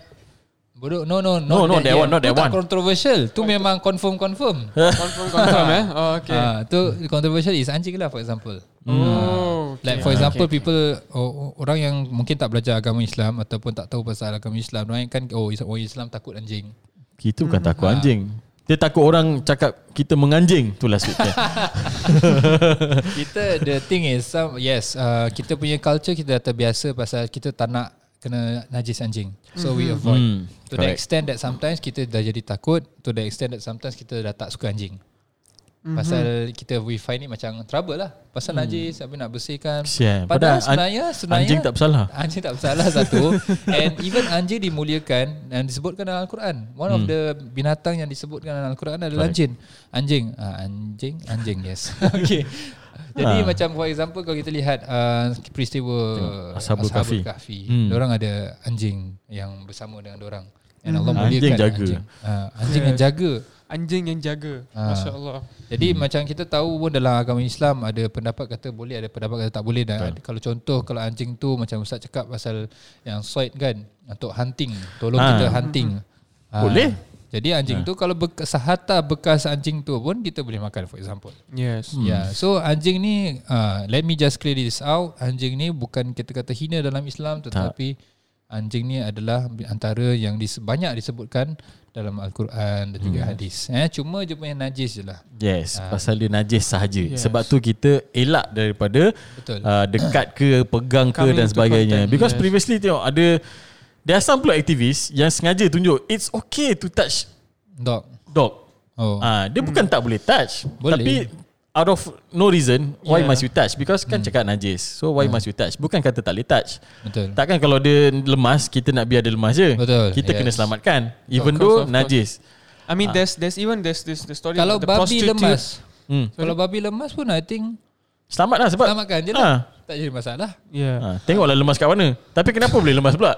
Speaker 4: bodoh no no
Speaker 1: No, no, that one, not that
Speaker 4: Tu
Speaker 1: one.
Speaker 4: tak controversial tu memang confirm confirm
Speaker 3: confirm, confirm, eh? Oh, okay.
Speaker 4: Ah, tu controversial is anjing lah for example.
Speaker 3: oh, okay.
Speaker 4: Like for example okay. people oh, oh, orang yang mungkin tak belajar agama Islam ataupun tak tahu pasal agama Islam, orang kan oh Islam, oh, Islam takut anjing.
Speaker 1: Kita bukan
Speaker 4: hmm. Ah.
Speaker 1: takut anjing. Dia takut orang cakap kita menganjing tu last week. kan?
Speaker 4: kita the thing is some, yes, uh, kita punya culture kita dah terbiasa pasal kita tak nak kena najis anjing. So we avoid.
Speaker 1: Hmm,
Speaker 4: To the
Speaker 1: correct.
Speaker 4: extent that sometimes kita dah jadi takut, to the extent that sometimes kita dah tak suka anjing. Pasal kita we find it macam trouble lah. Pasal najis, habis nak bersihkan.
Speaker 1: Kesian.
Speaker 4: Padahal
Speaker 1: an-
Speaker 4: sebenarnya, sebenarnya
Speaker 1: anjing tak bersalah.
Speaker 4: Anjing tak bersalah satu And even anjing dimuliakan Dan disebutkan dalam Al-Quran One hmm. of the binatang yang disebutkan dalam Al-Quran adalah jin Anjing Ah, Anjing Anjing yes Okay Jadi
Speaker 1: Ha.
Speaker 4: macam for example Kalau kita lihat uh, Peristiwa
Speaker 1: Ashabul Kahfi.
Speaker 4: Kahfi hmm. Diorang ada anjing Yang bersama dengan diorang And Allah
Speaker 1: Mhm.
Speaker 4: muliakan
Speaker 1: Anjing jaga.
Speaker 4: Anjing, Ah, anjing yang jaga
Speaker 3: Anjing yang jaga.
Speaker 4: Ah.
Speaker 3: Masya Allah.
Speaker 4: Jadi hmm. macam kita tahu pun dalam agama Islam ada pendapat kata boleh, ada pendapat kata tak boleh dan ada, kalau contoh kalau anjing tu macam ustaz cakap pasal yang soid kan untuk hunting, tolong
Speaker 1: Ah.
Speaker 4: ha. kita hunting. Ha.
Speaker 1: Boleh.
Speaker 4: Jadi anjing ha. tu kalau bekas, sehata bekas anjing tu pun kita boleh makan for example.
Speaker 3: Yes.
Speaker 4: Hmm. Yeah, so anjing ni uh, let me just clear this out. Anjing ni bukan kita kata hina dalam Islam tetapi anjing ni adalah antara yang dis, banyak disebutkan dalam al-Quran dan juga hmm. hadis. Eh cuma je punya najis je lah.
Speaker 1: Yes, pasal dia najis sahaja. Yes. Sebab tu kita elak daripada
Speaker 4: Betul.
Speaker 1: uh, dekat ke, pegang ke
Speaker 3: Coming
Speaker 1: dan
Speaker 3: into
Speaker 1: sebagainya.
Speaker 3: contact,
Speaker 1: Because
Speaker 3: yes.
Speaker 1: previously tengok ada there are some pula activists yang sengaja tunjuk it's okay to touch
Speaker 4: Dog.
Speaker 1: dog.
Speaker 4: Oh.
Speaker 1: Ah, dia bukan tak boleh touch,
Speaker 4: Boleh.
Speaker 1: tapi out of no reason why
Speaker 3: Yeah.
Speaker 1: must you touch? Because kan
Speaker 4: Hmm.
Speaker 1: cakap najis. So why must you touch? Bukan kata tak boleh touch.
Speaker 4: Betul.
Speaker 1: Takkan kalau dia lemas kita nak biar dia lemas je.
Speaker 4: Betul,
Speaker 1: Kita
Speaker 4: yes.
Speaker 1: kena selamatkan even
Speaker 3: Of course,
Speaker 1: though
Speaker 3: of course.
Speaker 1: najis.
Speaker 3: I mean, there's there's even there's this the story
Speaker 4: Ah. Kalau
Speaker 3: of the
Speaker 4: babi
Speaker 3: prostitute.
Speaker 4: lemas,
Speaker 1: Hmm.
Speaker 4: kalau babi lemas pun I think
Speaker 1: Selamatlah sebab
Speaker 4: selamatkan
Speaker 1: Ah.
Speaker 4: je lah. Tak jadi masalah.
Speaker 3: Yeah.
Speaker 1: Ha, tengoklah lemas kat mana. Tapi kenapa boleh lemas pula?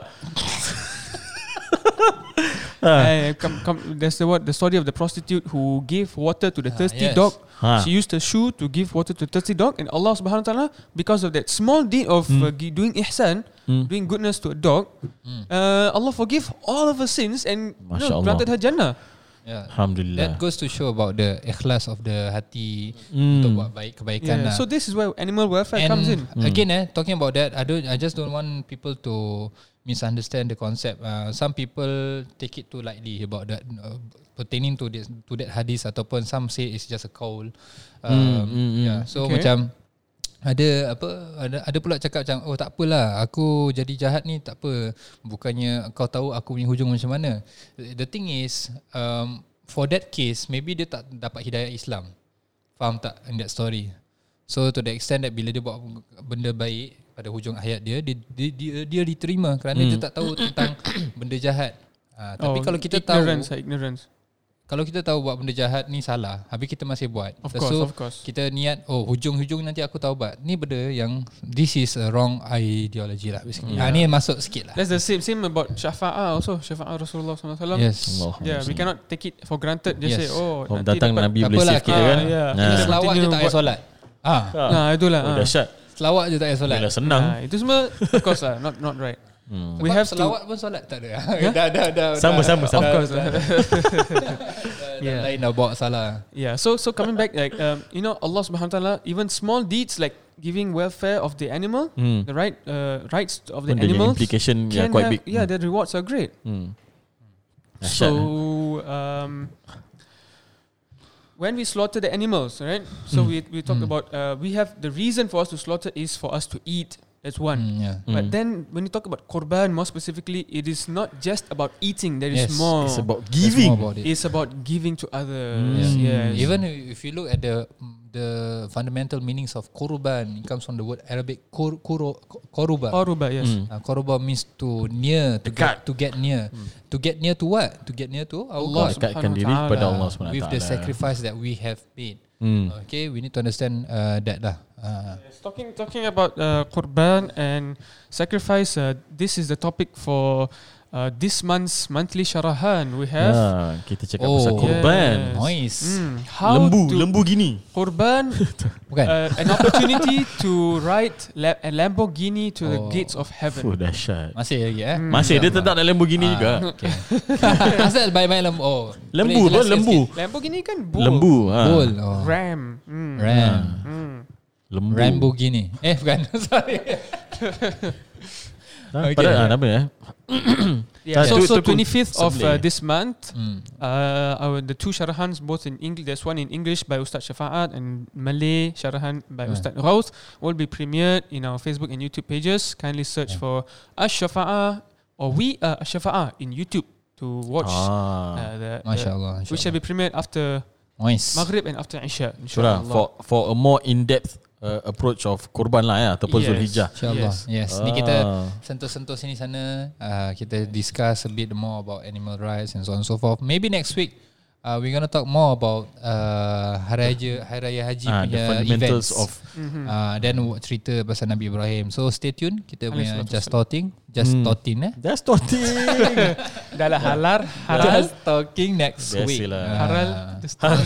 Speaker 4: Ah.
Speaker 3: I, Eh, come, come, there's the what the story of the prostitute who gave water to the thirsty
Speaker 4: yes.
Speaker 3: dog.
Speaker 1: Ah.
Speaker 3: She used her shoe to give water to thirsty dog, and Allah Subhanahu Wa Taala, because of that small deed of
Speaker 4: Hmm.
Speaker 3: uh, gi- doing ihsan, doing goodness to a dog,
Speaker 4: Hmm.
Speaker 3: uh, Allah forgive all of her sins and you
Speaker 1: Masya
Speaker 3: know,
Speaker 1: Allah.
Speaker 3: granted her Jannah.
Speaker 4: Yeah.
Speaker 1: Alhamdulillah.
Speaker 4: Ya.
Speaker 1: Hmm.
Speaker 4: That goes to show about the ikhlas of the hati untuk buat baik kebaikan
Speaker 3: Yeah.
Speaker 4: lah.
Speaker 3: So this is where animal welfare
Speaker 4: And
Speaker 3: comes in.
Speaker 4: again, eh, talking about that, I don't, I just don't want people to misunderstand the concept. Uh, some people take it too lightly about that uh, pertaining to this to that hadis ataupun some say it's just a call. Um, yeah. So
Speaker 3: Okay.
Speaker 4: okay. macam ada apa ada ada pula cakap macam oh tak apalah aku jadi jahat ni tak apa bukannya kau tahu aku punya hujung macam mana the thing is um, for that case maybe dia tak dapat hidayah Islam Faham tak in that story? So to the extent that bila dia buat benda baik pada hujung hayat dia dia dia, dia, dia diterima kerana hmm. dia tak tahu tentang benda jahat. Ha, tapi oh, kalau kita tahu
Speaker 3: ignorance, ah, ignorance.
Speaker 4: kalau kita tahu buat benda jahat ni salah, habis kita masih buat.
Speaker 3: Of
Speaker 4: Lepas
Speaker 3: course,
Speaker 4: tu,
Speaker 3: of course.
Speaker 4: Kita niat oh hujung-hujung nanti aku taubat. Ni benda yang this is a wrong ideology lah basically.
Speaker 3: Hmm.
Speaker 4: Yeah. Ha, ni masuk sikit lah.
Speaker 3: That's the same same about syafa'ah also. Syafa'ah Rasulullah SAW.
Speaker 4: Yes.
Speaker 1: Allah.
Speaker 3: Yeah, we cannot take it for granted. Just say,
Speaker 4: Yes.
Speaker 3: oh,
Speaker 1: Oh,
Speaker 3: nanti
Speaker 1: datang
Speaker 3: dapat-
Speaker 1: Nabi
Speaker 4: tak
Speaker 1: boleh
Speaker 4: apalah,
Speaker 1: save kita
Speaker 3: kita-
Speaker 1: kan.
Speaker 3: Ah, yeah.
Speaker 1: Ha.
Speaker 4: Kita selawat je
Speaker 3: Continue
Speaker 4: tak payah
Speaker 3: buat-
Speaker 4: solat. Ah,
Speaker 1: Ha.
Speaker 3: Nah, itulah.
Speaker 1: Oh,
Speaker 3: ah.
Speaker 1: dahsyat.
Speaker 4: selawat je tak payah solat.
Speaker 1: Bila senang.
Speaker 3: Ah, itu semua of course lah, not not right.
Speaker 1: Hmm.
Speaker 4: Sebab
Speaker 3: We have to
Speaker 4: selawat pun solat tak ada. dah dah dah.
Speaker 1: Sama,
Speaker 4: dah,
Speaker 1: sama, sama.
Speaker 4: Of course.
Speaker 3: Yeah.
Speaker 4: yeah. Lain dah bawa salah.
Speaker 3: Yeah. So so coming back, like um, you know, Allah Subhanahu Wa Taala, even small deeds like giving welfare of the animal,
Speaker 1: Hmm.
Speaker 3: the right uh, rights of the
Speaker 1: Benda yang
Speaker 3: animals,
Speaker 1: implication yang
Speaker 3: can
Speaker 1: quite
Speaker 3: have-
Speaker 1: big.
Speaker 3: Yeah, the rewards are great.
Speaker 1: Hmm. Dahsyat. eh?
Speaker 3: So um, when we slaughter the animals, right? So
Speaker 4: Hmm.
Speaker 3: we we talked about uh, we have the reason for us to slaughter is for us to eat. That's one.
Speaker 4: Hmm, yeah.
Speaker 3: But then when you talk about korban more specifically, it is not just about eating. There is
Speaker 4: Yes,
Speaker 3: more.
Speaker 1: It's about
Speaker 4: That's
Speaker 1: giving.
Speaker 4: more about it. Hmm.
Speaker 3: It's Oh. about giving to others.
Speaker 4: Yeah.
Speaker 3: Yes.
Speaker 4: Even if you look at the the fundamental meanings of kurban, it comes from the word Arabic kur, kuro, koruba.
Speaker 3: Koruba, yes.
Speaker 4: Uh, koruba means to near, to
Speaker 1: Dekat.
Speaker 4: get, to get near. To get near to what? To get near to our
Speaker 3: Allah
Speaker 4: God. Uh,
Speaker 1: Dekatkan
Speaker 3: Subhanahu
Speaker 1: diri
Speaker 3: Wa
Speaker 1: kepada
Speaker 3: Ta'ala.
Speaker 1: Allah SWT.
Speaker 4: With the sacrifice that we have made.
Speaker 1: Hmm.
Speaker 4: Okay, we need to understand uh, that lah. Uh,
Speaker 3: Yes, Talking talking about uh, korban and sacrifice. Uh, this is the topic for uh, this month's monthly sharahan. We
Speaker 1: Ya,
Speaker 3: have
Speaker 1: kita cakap
Speaker 4: Oh.
Speaker 1: pasal korban.
Speaker 3: Yes.
Speaker 4: noise.
Speaker 3: mm, how
Speaker 1: lembu,
Speaker 3: to
Speaker 1: lembu gini.
Speaker 3: korban
Speaker 4: Bukan?
Speaker 3: uh, an opportunity to ride la- a Lamborghini to the
Speaker 4: Oh.
Speaker 3: gates of heaven.
Speaker 1: Fuh, dahsyat.
Speaker 4: Masih lagi eh.
Speaker 1: Hmm. Masih dia tetap nak lembu gini
Speaker 4: Ah,
Speaker 1: juga.
Speaker 4: Okay. Asal baik-baik lembu. Oh,
Speaker 1: Lembu,
Speaker 4: boleh
Speaker 1: apa?
Speaker 4: jelaskan
Speaker 1: Lembu.
Speaker 4: sikit?
Speaker 3: Lamborghini kan bull.
Speaker 1: Lembu. ha.
Speaker 4: Bull. Oh.
Speaker 3: Ram. Mm.
Speaker 4: Ram.
Speaker 3: Mm.
Speaker 1: Lembu.
Speaker 4: Rambo gini. Eh bukan. Sorry.
Speaker 1: Ha,
Speaker 4: Okay.
Speaker 1: Padahal, ah, nama ya.
Speaker 3: Yeah.
Speaker 1: Tak,
Speaker 3: So,
Speaker 1: tu-
Speaker 3: so
Speaker 1: tu kun-
Speaker 3: 25th of
Speaker 1: sebelah.
Speaker 3: uh, this month,
Speaker 4: Hmm.
Speaker 3: uh, our, the two sharhans, both in English, there's one in English by Ustad Shafa'at and Malay sharhan by
Speaker 4: Yeah.
Speaker 3: Ustad Raus, will be premiered in our Facebook and YouTube pages. Kindly search for Ash Shafa'ah or We Are Ash Shafa'ah in YouTube to watch.
Speaker 1: Ah.
Speaker 3: Uh, the,
Speaker 4: Masya
Speaker 3: the-
Speaker 4: Allah.
Speaker 3: We shall be premiered after
Speaker 4: Nice.
Speaker 3: Maghrib and after Isha.
Speaker 1: Syurah,
Speaker 3: Inshallah.
Speaker 1: for for a more in-depth uh, approach of korban lah ya, ataupun
Speaker 3: Yes.
Speaker 1: Zulhijjah.
Speaker 4: InsyaAllah.
Speaker 3: Yes.
Speaker 4: Yes. Ni kita
Speaker 1: Ah.
Speaker 4: sentuh-sentuh sini sana. Uh, kita discuss a bit more about animal rights and so on and so forth. Maybe next week uh, we're going to talk more about uh, Hari Raya, Hari Raya Haji
Speaker 1: Ah,
Speaker 4: punya
Speaker 1: the fundamentals
Speaker 4: events.
Speaker 1: of
Speaker 4: Uh, then w- cerita pasal Nabi Ibrahim. So stay tuned. Kita punya
Speaker 3: Alaihissalam.
Speaker 4: Just Talking. Just
Speaker 1: Hmm.
Speaker 4: Talking eh.
Speaker 1: That's talking.
Speaker 3: Dah lah halar, halal.
Speaker 4: Just talking next week.
Speaker 1: Biasalah.
Speaker 3: Haral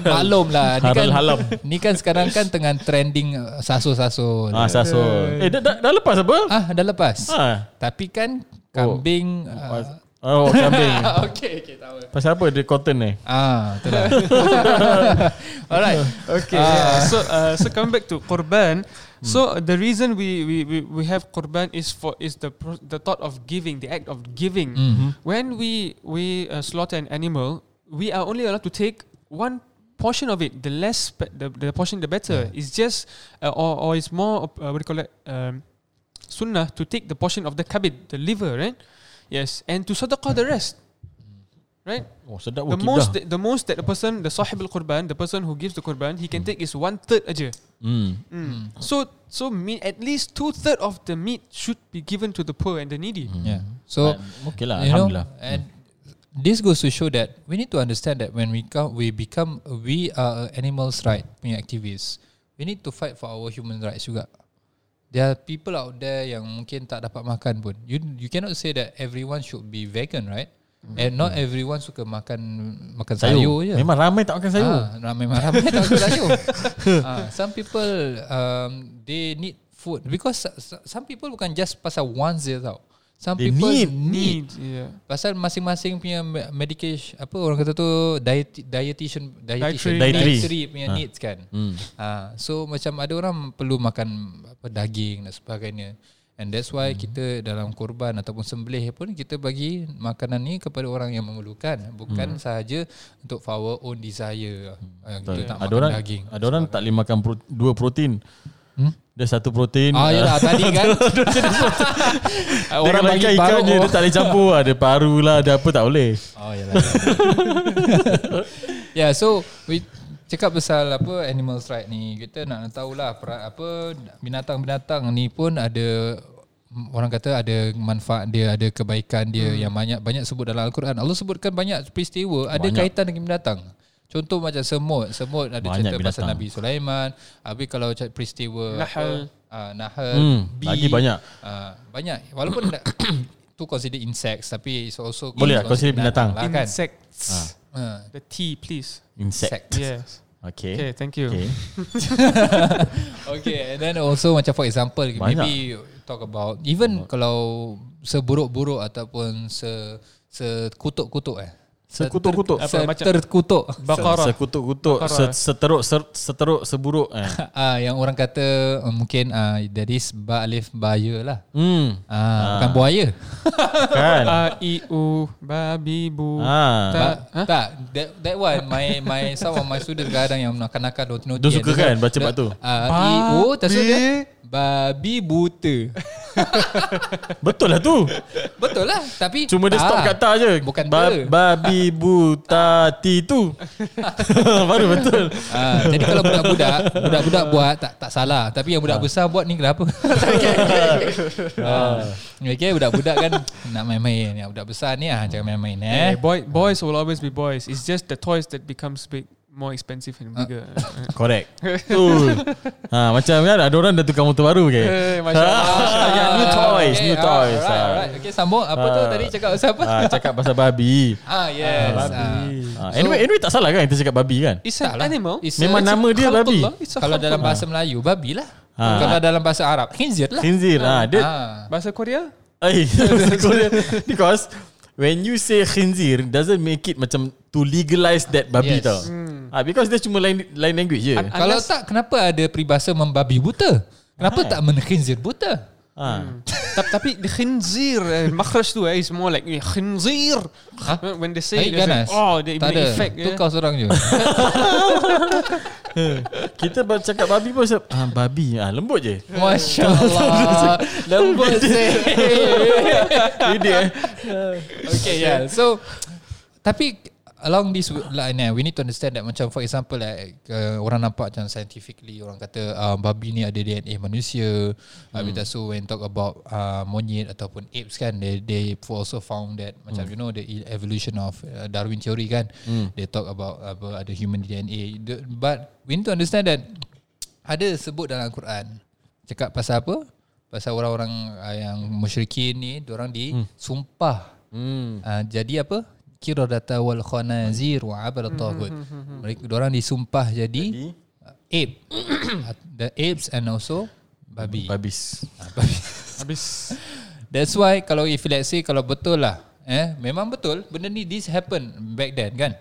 Speaker 4: Maklum lah ni kan,
Speaker 1: lah. Halal halam.
Speaker 4: ni kan sekarang kan tengah trending uh, Sasul-sasul
Speaker 1: Ah, sasul. Eh, dah, dah, dah lepas apa?
Speaker 4: ah dah lepas
Speaker 1: Ah.
Speaker 4: Tapi kan Kambing oh.
Speaker 1: Oh, kambing.
Speaker 4: uh, Okay okay tahu
Speaker 1: Pasal apa dia cotton ni?
Speaker 4: Ah, betul lah. Alright.
Speaker 3: Okay. yeah. So uh, so coming back to Qurban.
Speaker 1: Hmm.
Speaker 3: So the reason we, we, we, we have Qurban is for is the pro- the thought of giving, the act of
Speaker 1: Hmm.
Speaker 3: giving. When we we uh, slaughter an animal, we are only allowed to take one portion of it. The less pe- the, the portion the better. It's just uh, or or it's more of, uh, what do you call it? Um, sunnah to take the portion of the kabid, the liver, right? Yes, and to sadaqah the rest. Right?
Speaker 1: Oh, sedap
Speaker 3: the most the most that the person the sahib al qurban the person who gives the qurban he can take is one third aja
Speaker 1: Hmm.
Speaker 3: mm. so so me, at least two third of the meat should be given to the poor and the needy
Speaker 4: Yeah.
Speaker 1: So,
Speaker 4: So,
Speaker 1: okay lah,
Speaker 4: you know,
Speaker 1: Alhamdulillah.
Speaker 4: and this goes to show that we need to understand that when we come, we become, we are a animals' right punya activists. We need to fight for our human rights juga. There are people out there yang mungkin tak dapat makan pun. You you cannot say that everyone should be vegan, right?
Speaker 1: Mm-hmm.
Speaker 4: And not everyone suka makan makan sayur, sayur je.
Speaker 1: Memang ramai tak makan sayur.
Speaker 4: Ah, ramai-ramai tak
Speaker 1: lah,
Speaker 4: suka sayur. ah, some people um, they need food because so- so- some people bukan just pasal wants je tau. Some
Speaker 1: They
Speaker 4: people
Speaker 1: need.
Speaker 4: need,
Speaker 3: need yeah
Speaker 4: pasal masing-masing punya me- medication apa orang kata tu diet dietitian dietitian
Speaker 1: Dietary.
Speaker 4: punya
Speaker 1: Ah.
Speaker 4: needs kan.
Speaker 1: Hmm.
Speaker 4: Ah, so macam ada orang perlu makan apa daging dan sebagainya. And that's
Speaker 1: Hmm.
Speaker 4: why kita dalam korban ataupun sembelih pun kita bagi makanan ni kepada orang yang memerlukan,
Speaker 1: Hmm.
Speaker 4: bukan sahaja untuk for our own desire. Ah, kita tak
Speaker 1: Ada
Speaker 4: makan
Speaker 1: orang
Speaker 4: daging.
Speaker 1: ada orang tak boleh makan pro, dua protein. Hmm? Dia satu protein.
Speaker 4: Ah, yalah tadi kan.
Speaker 1: orang bagi ikan je dia tak boleh campur lah. Dia paru lah, dia apa tak boleh.
Speaker 4: Oh yalah. yeah, so we cakap pasal apa animal right ni. Kita nak tahulah pera- apa binatang-binatang ni pun ada mm, orang kata ada manfaat dia, ada kebaikan dia hmm. yang banyak banyak sebut dalam al-Quran. Allah sebutkan banyak peristiwa ada
Speaker 1: Banyak.
Speaker 4: kaitan dengan binatang. Contoh macam semut, semut ada
Speaker 1: Banyak
Speaker 4: cerita pasal
Speaker 1: binatang.
Speaker 4: Nabi Sulaiman. Habis kalau cakap peristiwa
Speaker 3: Nahal.
Speaker 4: uh, nahal,
Speaker 1: Hmm,
Speaker 4: bee,
Speaker 1: lagi banyak.
Speaker 4: Ah, banyak. Walaupun dah- tu consider insects tapi it's also
Speaker 1: Boleh tak consider binatang?
Speaker 4: lah kan.
Speaker 3: insects
Speaker 4: Ah.
Speaker 3: the tea please
Speaker 1: Insect.
Speaker 3: yes
Speaker 1: Okay.
Speaker 3: okay thank you
Speaker 1: Okay.
Speaker 4: Okay, and then also macam for example, Banyak. maybe you talk about even kalau seburuk-buruk ataupun se sekutuk-kutuk eh.
Speaker 1: Sekutuk-kutuk.
Speaker 3: Apa,
Speaker 4: Apa,
Speaker 3: macam-
Speaker 4: terkutuk
Speaker 3: Baqarah.
Speaker 1: Sekutuk-kutuk, se- seteruk, ser- seteruk, seburuk. Eh.
Speaker 4: Ah, yang orang kata uh, mungkin ah that is ba alif baya lah.
Speaker 1: Hmm.
Speaker 4: Ah, bukan buaya.
Speaker 1: Kan?
Speaker 3: A i u babi bu
Speaker 1: Ah.
Speaker 3: tak
Speaker 4: Ba- Tak, that, that one my my some of my students kadang yang nakal-nakal not
Speaker 1: Dia suka kan baca bab tu?
Speaker 4: Ah, i o terus dia babi buta.
Speaker 1: Betul lah tu.
Speaker 4: Betul lah, tapi
Speaker 1: Cuma dia
Speaker 4: tak.
Speaker 1: stop kata je.
Speaker 4: Bukan dia.
Speaker 1: Babi buta titu. Baru betul.
Speaker 4: Ah, jadi kalau budak-budak budak-budak buat tak tak salah tapi yang budak besar buat ni kenapa? Ah. Okey budak-budak kan nak main-main yang budak besar ni ah jangan main-main eh.
Speaker 3: Eh, boy, boys will always be boys it's just the toys that becomes big more expensive and bigger
Speaker 1: Correct. Betul. ha, macam kan ada orang dah tukar motor baru ke.
Speaker 3: Eh, Masya Allah.
Speaker 1: yeah, ah, ya, new toys, new
Speaker 4: ah,
Speaker 1: toys,
Speaker 4: Alright,
Speaker 1: ah.
Speaker 4: alright. Okey sambung apa tu
Speaker 1: Ah.
Speaker 4: tadi cakap pasal apa?
Speaker 1: ha, cakap pasal babi.
Speaker 4: Ah yes. Ah,
Speaker 1: Ha, anyway, anyway tak salah kan kita cakap babi kan?
Speaker 3: It's an
Speaker 4: Tak lah.
Speaker 3: animal.
Speaker 4: It's
Speaker 1: Memang
Speaker 4: a- it's a
Speaker 1: nama dia
Speaker 3: khalqullah.
Speaker 1: babi.
Speaker 3: It's a
Speaker 4: Kalau dalam
Speaker 3: khalqullah.
Speaker 4: bahasa Melayu babi lah.
Speaker 1: Ah.
Speaker 4: Kalau dalam bahasa Arab khinzir lah.
Speaker 1: Khinzir. Ha, dia,
Speaker 4: Ah.
Speaker 3: bahasa Korea
Speaker 1: Eh, because when you say khinzir doesn't make it macam to legalize that babi
Speaker 4: Yes. Hmm.
Speaker 1: tau. Ah
Speaker 4: Ah.
Speaker 1: because dia cuma lain lain language je.
Speaker 3: An-
Speaker 4: Kalau
Speaker 3: Unless-
Speaker 4: tak kenapa ada peribahasa membabi buta? Kenapa
Speaker 1: Ah.
Speaker 4: tak menkhinzir buta?
Speaker 1: Ha.
Speaker 3: Ta- tapi the khinzir eh, makhraj tu eh, is more like eh, khinzir
Speaker 4: Huh?
Speaker 3: when they say
Speaker 4: Baik
Speaker 3: it, it's
Speaker 4: ganas.
Speaker 3: like, oh they
Speaker 4: tak ada.
Speaker 3: punya effect
Speaker 4: Tu
Speaker 3: eh.
Speaker 4: kau seorang je.
Speaker 1: Kita bercakap babi pun se- ah, babi ah lembut je.
Speaker 4: Masya Allah. Lembut sih.
Speaker 1: Ini dia. eh.
Speaker 4: okay, yeah. So, tapi along this line eh, we need to understand that macam for example like uh, orang nampak macam scientifically orang kata uh, babi ni ada DNA manusia. Habis hmm. so when talk about uh, monyet ataupun apes kan they they also found that macam you know the e-, evolution of uh, Darwin theory kan. They talk about uh, apa ada human DNA. The, but we need to understand that ada sebut dalam Al-Quran uh, Hmm. cakap pasal apa? Pasal orang-orang ah, yang musyrikin ni orang disumpah
Speaker 1: Hmm.
Speaker 4: Uh, jadi apa? Kiradata wal khanazir wa abad at-taghut. Mereka orang disumpah jadi uh, ape. the apes and also babi.
Speaker 1: Babis.
Speaker 4: Ah, babi.
Speaker 3: Habis
Speaker 4: That's why kalau if let's say kalau betul lah eh memang betul benda ni this happen back then kan.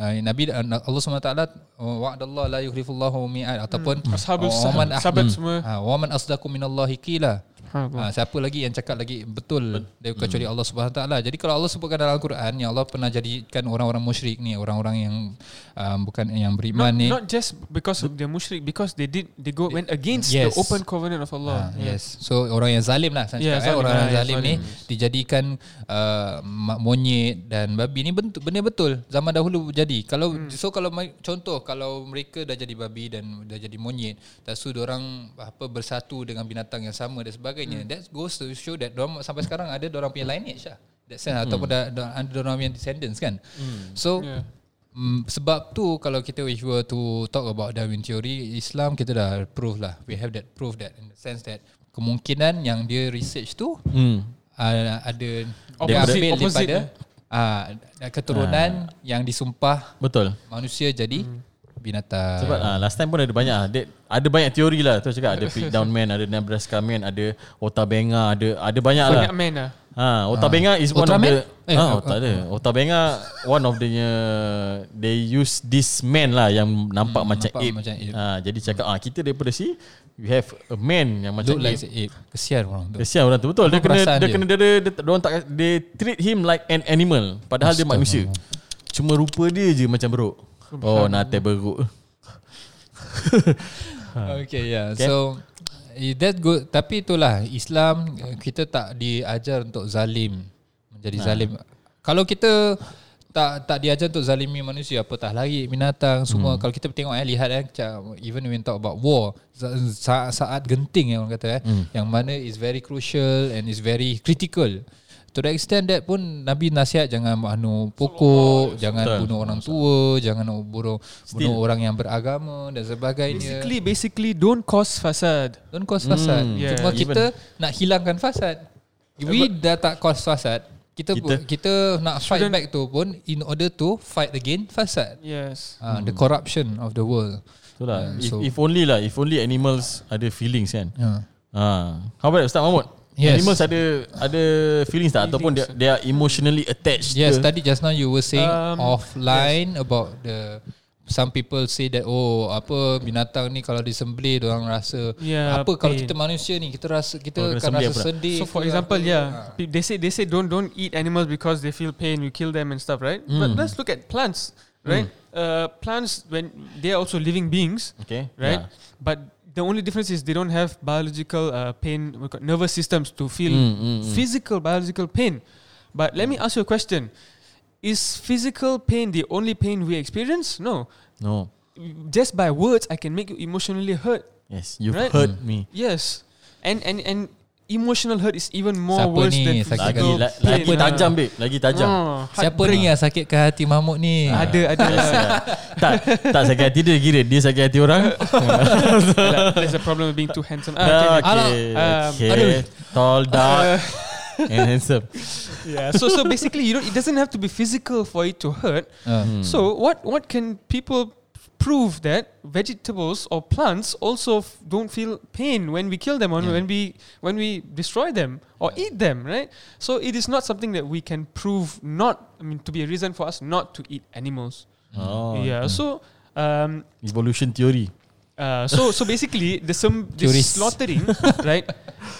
Speaker 4: Uh, Nabi uh, Allah SWT oh, wa'adallah la yukhlifullahu mi'ad ataupun
Speaker 3: Ashabul
Speaker 4: wa man
Speaker 3: sah- Hmm. sahabat semua
Speaker 4: Ha, wa man asdaqu minallahi
Speaker 3: Ha,
Speaker 4: qila. Ha, siapa lagi yang cakap lagi betul dari kecuali Allah Subhanahu taala. Jadi kalau Allah sebutkan dalam Al-Quran yang Allah pernah jadikan orang-orang musyrik ni, orang-orang yang um, bukan yang beriman
Speaker 3: Not,
Speaker 4: ni.
Speaker 3: not just because of the mushrik, because they did they go went against
Speaker 4: Yes.
Speaker 3: the open covenant of Allah.
Speaker 4: Ha, yes. So orang yang zalim lah saya
Speaker 3: Yeah,
Speaker 4: cakap, eh.
Speaker 3: zalim.
Speaker 4: orang yang
Speaker 3: Ah, yeah,
Speaker 4: zalim ni dijadikan uh, ma- monyet dan babi ni bentuk benda betul zaman dahulu jadi. Kalau hmm. so kalau mai- contoh kalau mereka dah jadi babi dan dah jadi monyet, tak su orang apa bersatu dengan binatang yang sama dan sebagainya. Hmm. That goes to show that dorang sampai sekarang ada orang punya lineage lah. That sense hmm. ataupun dah, dah ada orang punya descendants kan. Hmm. So
Speaker 3: Yeah.
Speaker 4: yeah. Mm, sebab tu kalau kita if we were to talk about Darwin theory Islam kita dah prove lah we have that proof that in the sense that kemungkinan yang dia research tu
Speaker 1: Hmm.
Speaker 4: uh, ada dia
Speaker 3: Opposite-
Speaker 4: ambil
Speaker 3: opposite Ah.
Speaker 4: daripada uh, keturunan yang disumpah
Speaker 1: Betul.
Speaker 4: manusia jadi
Speaker 3: Hmm.
Speaker 4: binatang
Speaker 1: Sebab ah, last time pun ada banyak ah. Dia, ada banyak teori lah. Tu cakap ada Freak Down Man, ada Nebraska Man, ada Otabenga, ada ada banyak lah.
Speaker 3: Banyak men ah. lah.
Speaker 1: Ha, Otabenga is one of the
Speaker 4: Ultraman? Ah. Eh,
Speaker 1: eh, ah, tak ada. Otabenga one of the nya- they use this man lah yang nampak
Speaker 4: Hmm,
Speaker 1: macam
Speaker 4: nampak
Speaker 1: ape.
Speaker 4: macam ape.
Speaker 1: Ha, jadi cakap ah kita daripada si we have a man yang macam
Speaker 4: look like
Speaker 1: ape.
Speaker 4: ape eh, kesian orang tu
Speaker 1: Kesian orang tu betul. Dia
Speaker 4: Apa
Speaker 1: kena
Speaker 4: perasaan
Speaker 1: dia,
Speaker 4: dia?
Speaker 1: kena dia, dia, dia, dia orang tak they treat him like an animal padahal dia manusia. Cuma rupa dia je macam beruk. Oh, nate beruk.
Speaker 4: Okay yeah Ha. okay. So eh, That good Tapi itulah Islam eh, Kita tak diajar untuk zalim Menjadi zalim Kalau kita tak tak diajar untuk zalimi manusia apatah lagi binatang semua hmm. kalau kita tengok eh lihat eh macam even when talk about war sa- saat, saat genting eh, orang kata eh hmm. yang mana is very crucial and is very critical to the extent that pun nabi nasihat jangan anu pokok jangan
Speaker 1: Betul.
Speaker 4: bunuh orang tua jangan bunuh bunuh orang yang beragama dan sebagainya
Speaker 3: Basically, basically, don't cause fasad.
Speaker 4: Don't cause fasad.
Speaker 1: Hmm,
Speaker 3: yeah.
Speaker 4: Cuma
Speaker 1: Even-
Speaker 4: kita nak hilangkan fasad. We dah tak cause fasad. Kita
Speaker 1: Kita-
Speaker 4: kita, kita nak fight back tu pun in order to fight again fasad.
Speaker 3: Yes.
Speaker 4: Uh, The
Speaker 1: Hmm.
Speaker 4: corruption of the world.
Speaker 1: Itulah.
Speaker 4: Yeah,
Speaker 1: If,
Speaker 4: so-
Speaker 1: if only lah, if only animals ada feelings kan.
Speaker 4: Uh.
Speaker 1: Ha. How about Ustaz Mahmud?
Speaker 4: Yes.
Speaker 1: Animals ada ada feelings tak ataupun dia, they are emotionally attached
Speaker 4: Yes,
Speaker 1: ke?
Speaker 4: tadi just now you were saying
Speaker 3: Um,
Speaker 4: offline about the some people say that oh apa binatang ni kalau disembelih orang rasa
Speaker 3: Yeah,
Speaker 4: apa kalau
Speaker 3: pain.
Speaker 4: kita manusia ni kita rasa
Speaker 1: Kalau
Speaker 4: kita
Speaker 1: Oh, kena
Speaker 4: akan
Speaker 1: sembelih
Speaker 4: rasa
Speaker 1: pula.
Speaker 4: sedih.
Speaker 3: So for
Speaker 4: ke
Speaker 3: example,
Speaker 4: apa.
Speaker 3: yeah, pe- they say they say don't don't eat animals because they feel pain. You kill them and stuff, right?
Speaker 4: Hmm.
Speaker 3: But let's look at plants, right? Uh, plants when they are also living beings,
Speaker 1: Okay.
Speaker 3: right?
Speaker 1: Yeah.
Speaker 3: But the only difference is they don't have biological uh, pain what you call- nervous systems to feel
Speaker 1: Mm, mm, mm.
Speaker 3: physical biological pain. But let me ask you a question: Is physical pain the only pain we experience? No.
Speaker 1: No.
Speaker 3: Just by words, I can make you emotionally hurt.
Speaker 1: Yes, you've
Speaker 3: Right?
Speaker 1: hurt me.
Speaker 3: Yes, and and and emotional hurt is even more
Speaker 4: Siapa
Speaker 3: worse
Speaker 4: ni
Speaker 3: than
Speaker 4: sakit
Speaker 1: Lagi
Speaker 3: physical
Speaker 4: Betul.
Speaker 1: la,
Speaker 3: pain. Ah.
Speaker 1: lagi tajam babe, lagi tajam.
Speaker 3: Oh,
Speaker 4: Siapa ni yang sakitkan hati Mahmud ni?
Speaker 3: Ada ada
Speaker 1: Yes, yeah. tak tak sakit hati dia kira dia sakit hati orang.
Speaker 3: Like, There's a problem with being too handsome. Ah, okay,
Speaker 1: Ah,
Speaker 3: okay.
Speaker 1: okay.
Speaker 3: Alah,
Speaker 1: okay.
Speaker 4: aduh.
Speaker 1: Tall, dark and handsome.
Speaker 3: Yeah. So so basically, you don't. It doesn't have to be physical for it to hurt.
Speaker 4: Ah.
Speaker 3: So what what can people prove that vegetables or plants also f- don't feel pain when we kill them or when we when we destroy them or eat them, right? So it is not something that we can prove not. I mean, to be a reason for us not to eat animals.
Speaker 1: Oh.
Speaker 3: yeah. So. Um,
Speaker 1: Evolution theory.
Speaker 3: Uh, so so basically the some this
Speaker 4: Tourists.
Speaker 3: slaughtering right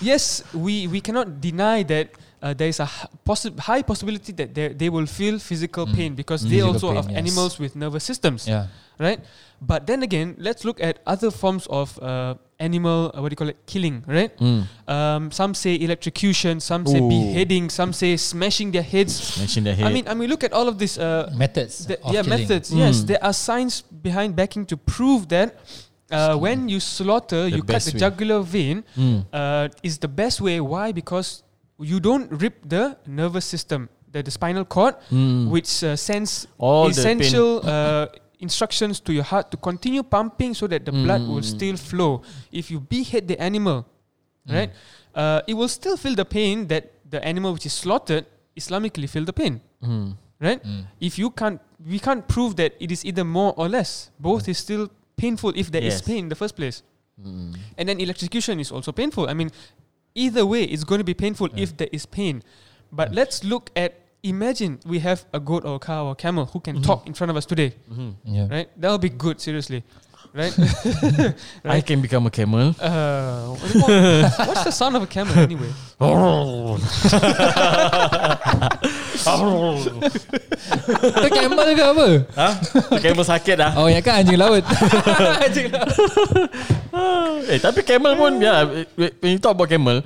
Speaker 3: yes we we cannot deny that uh, there is a h- possi- high possibility that they, they will feel physical pain because they
Speaker 4: Hmm. Physical
Speaker 3: also
Speaker 4: pain,
Speaker 3: have
Speaker 4: yes.
Speaker 3: animals with nervous systems
Speaker 4: Yeah.
Speaker 3: right but then again let's look at other forms of uh, animal uh, what do you call it killing right
Speaker 1: Mm.
Speaker 3: um, some say electrocution some say
Speaker 1: Ooh.
Speaker 3: beheading some say smashing their heads
Speaker 1: Mention the head.
Speaker 3: i mean i mean look at all of this uh,
Speaker 4: Methods
Speaker 3: the,
Speaker 4: of
Speaker 3: yeah,
Speaker 4: killing.
Speaker 3: methods. Yes,
Speaker 1: Mm.
Speaker 3: there are science behind backing to prove that uh, when you slaughter,
Speaker 1: The
Speaker 3: you cut
Speaker 1: best
Speaker 3: the
Speaker 1: way.
Speaker 3: jugular vein
Speaker 1: mm.
Speaker 3: uh, is the best way. Why? Because you don't rip the nervous system, the, the spinal cord,
Speaker 1: Mm.
Speaker 3: which uh, sends
Speaker 1: all
Speaker 3: essential uh, instructions to your heart to continue pumping so that the blood will
Speaker 1: Mm.
Speaker 3: still flow. If you behead the animal, right, uh, it will still feel the pain that the animal which is slaughtered Islamically feel the pain.
Speaker 1: Hmm,
Speaker 3: Right? If you can't, we can't prove that it is either more or less. Both is still painful if there is
Speaker 1: Yes.
Speaker 3: pain in the first place.
Speaker 1: hmm.
Speaker 3: And then electrocution is also painful. I mean, either way, it's going to be painful if there is pain. But let's look at imagine we have a goat or a cow or a camel who can
Speaker 1: Mm-hmm.
Speaker 3: talk in front of us today,
Speaker 1: Hmm.
Speaker 4: Yeah.
Speaker 3: right? That would be good, seriously, right?
Speaker 1: I
Speaker 3: Right.
Speaker 1: can become a camel.
Speaker 3: uh, what- what's the sound of a camel anyway?
Speaker 4: Itu camel ke apa?
Speaker 1: ha? Camel sakit dah.
Speaker 4: Oh, yang kan anjing laut.
Speaker 1: Eh tapi camel pun ya yeah, when you talk about camel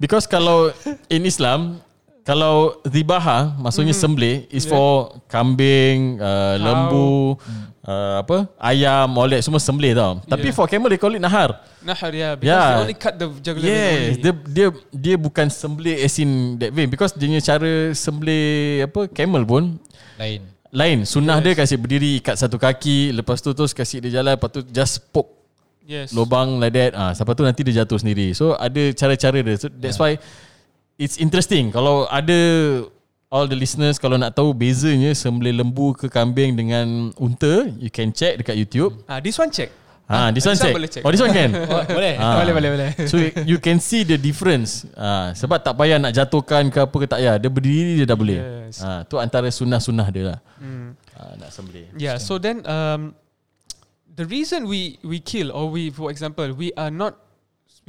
Speaker 1: because kalau in Islam kalau zibaha maksudnya sembelih is
Speaker 3: Hmm. Yeah.
Speaker 1: for kambing, uh,
Speaker 3: Cow. Hmm.
Speaker 1: lembu, uh, apa ayam, all that semua sembelih tau. Tapi
Speaker 3: Yeah.
Speaker 1: for camel they call it nahar.
Speaker 3: Nahar, yeah, because
Speaker 1: Yeah.
Speaker 3: they only cut the jugular vein
Speaker 1: Yes,
Speaker 3: only.
Speaker 1: dia dia dia bukan sembelih as in that way because dia punya cara sembelih apa camel pun
Speaker 4: Lain.
Speaker 1: lain. Sunnah dia kasih berdiri ikat satu kaki, lepas tu terus kasih dia jalan, lepas tu just poke
Speaker 3: yes.
Speaker 1: lubang like that ah siapa tu nanti dia jatuh sendiri so ada cara-cara dia so that's why it's interesting kalau ada all the listeners kalau nak tahu bezanya sembelih lembu ke kambing dengan unta you can check dekat YouTube
Speaker 3: Ah, this one check.
Speaker 1: ah this one
Speaker 3: Hmm. this one
Speaker 1: check.
Speaker 3: boleh check.
Speaker 1: oh this one can
Speaker 4: Boleh?
Speaker 1: Ah.
Speaker 3: Boleh, boleh, boleh.
Speaker 1: So you can see the difference. Ah sebab tak payah nak jatuhkan ke apa ke tak payah. Dia berdiri dia dah boleh.
Speaker 3: Yes.
Speaker 1: Ah tu antara sunnah-sunnah dia lah. Ah, nak sembelih.
Speaker 3: Mm, Yeah. So then, um, the reason we we kill or we, for example, we are not,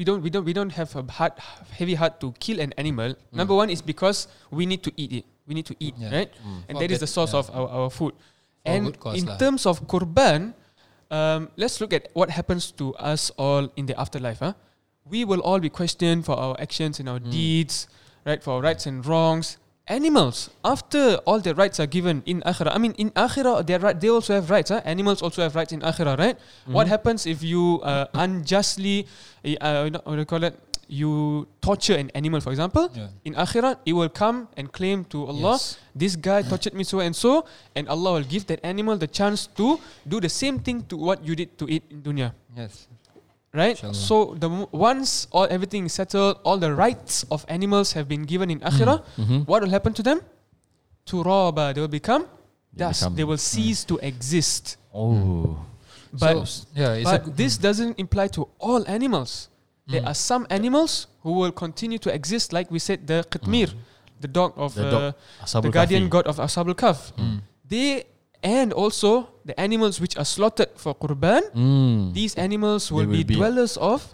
Speaker 3: we don't we don't we don't have a heart heavy heart to kill an animal.
Speaker 1: Mm.
Speaker 3: Number one is because we need to eat it. We need to eat,
Speaker 4: Yeah.
Speaker 3: right? And
Speaker 4: For
Speaker 3: that is
Speaker 4: good-
Speaker 3: the source of our, our food.
Speaker 4: For
Speaker 3: and
Speaker 4: good cause
Speaker 3: in
Speaker 4: lah.
Speaker 3: terms of kurban, um, let's look at what happens to us all in the afterlife. Huh? We will all be questioned for our actions and our
Speaker 4: Hmm.
Speaker 3: deeds, right? For our rights and wrongs. Animals, after all their rights are given in akhirah, I mean in akhirah, their right, they also have rights. Huh? Animals also have rights in akhirah, right?
Speaker 4: Mm-hmm.
Speaker 3: What happens if you uh, unjustly, eh, uh, you know, what do you call it? You torture an animal, for example,
Speaker 4: Yeah.
Speaker 3: in akhirah, it will come and claim to Allah
Speaker 4: Yes.
Speaker 3: this guy tortured me so and so, and Allah will give that animal the chance to do the same thing to what you did to it in dunya,
Speaker 4: Yes.
Speaker 3: right?
Speaker 4: Inshallah.
Speaker 3: So the mo- once all everything is settled, all the rights of animals have been given in akhirah.
Speaker 1: Mm-hmm.
Speaker 3: What will happen to them? Turaba, they will become
Speaker 1: They
Speaker 3: dust.
Speaker 1: become- Mm.
Speaker 3: they will cease to exist.
Speaker 1: Oh.
Speaker 3: But
Speaker 4: so, yeah, Ya, it's a
Speaker 1: Mm.
Speaker 3: but this doesn't imply to all animals. There are some animals who will continue to exist, like we said, the qitmir, the dog
Speaker 1: Mm.
Speaker 3: of
Speaker 1: The
Speaker 3: uh,
Speaker 1: dog, Ashabul
Speaker 3: the guardian
Speaker 1: Kahfi.
Speaker 3: god of Ashabul Kaf.
Speaker 1: Mm.
Speaker 3: They and also the animals which are slaughtered for Qurban,
Speaker 1: Hmm.
Speaker 3: these animals will,
Speaker 1: will
Speaker 3: be,
Speaker 1: be-
Speaker 3: dwellers of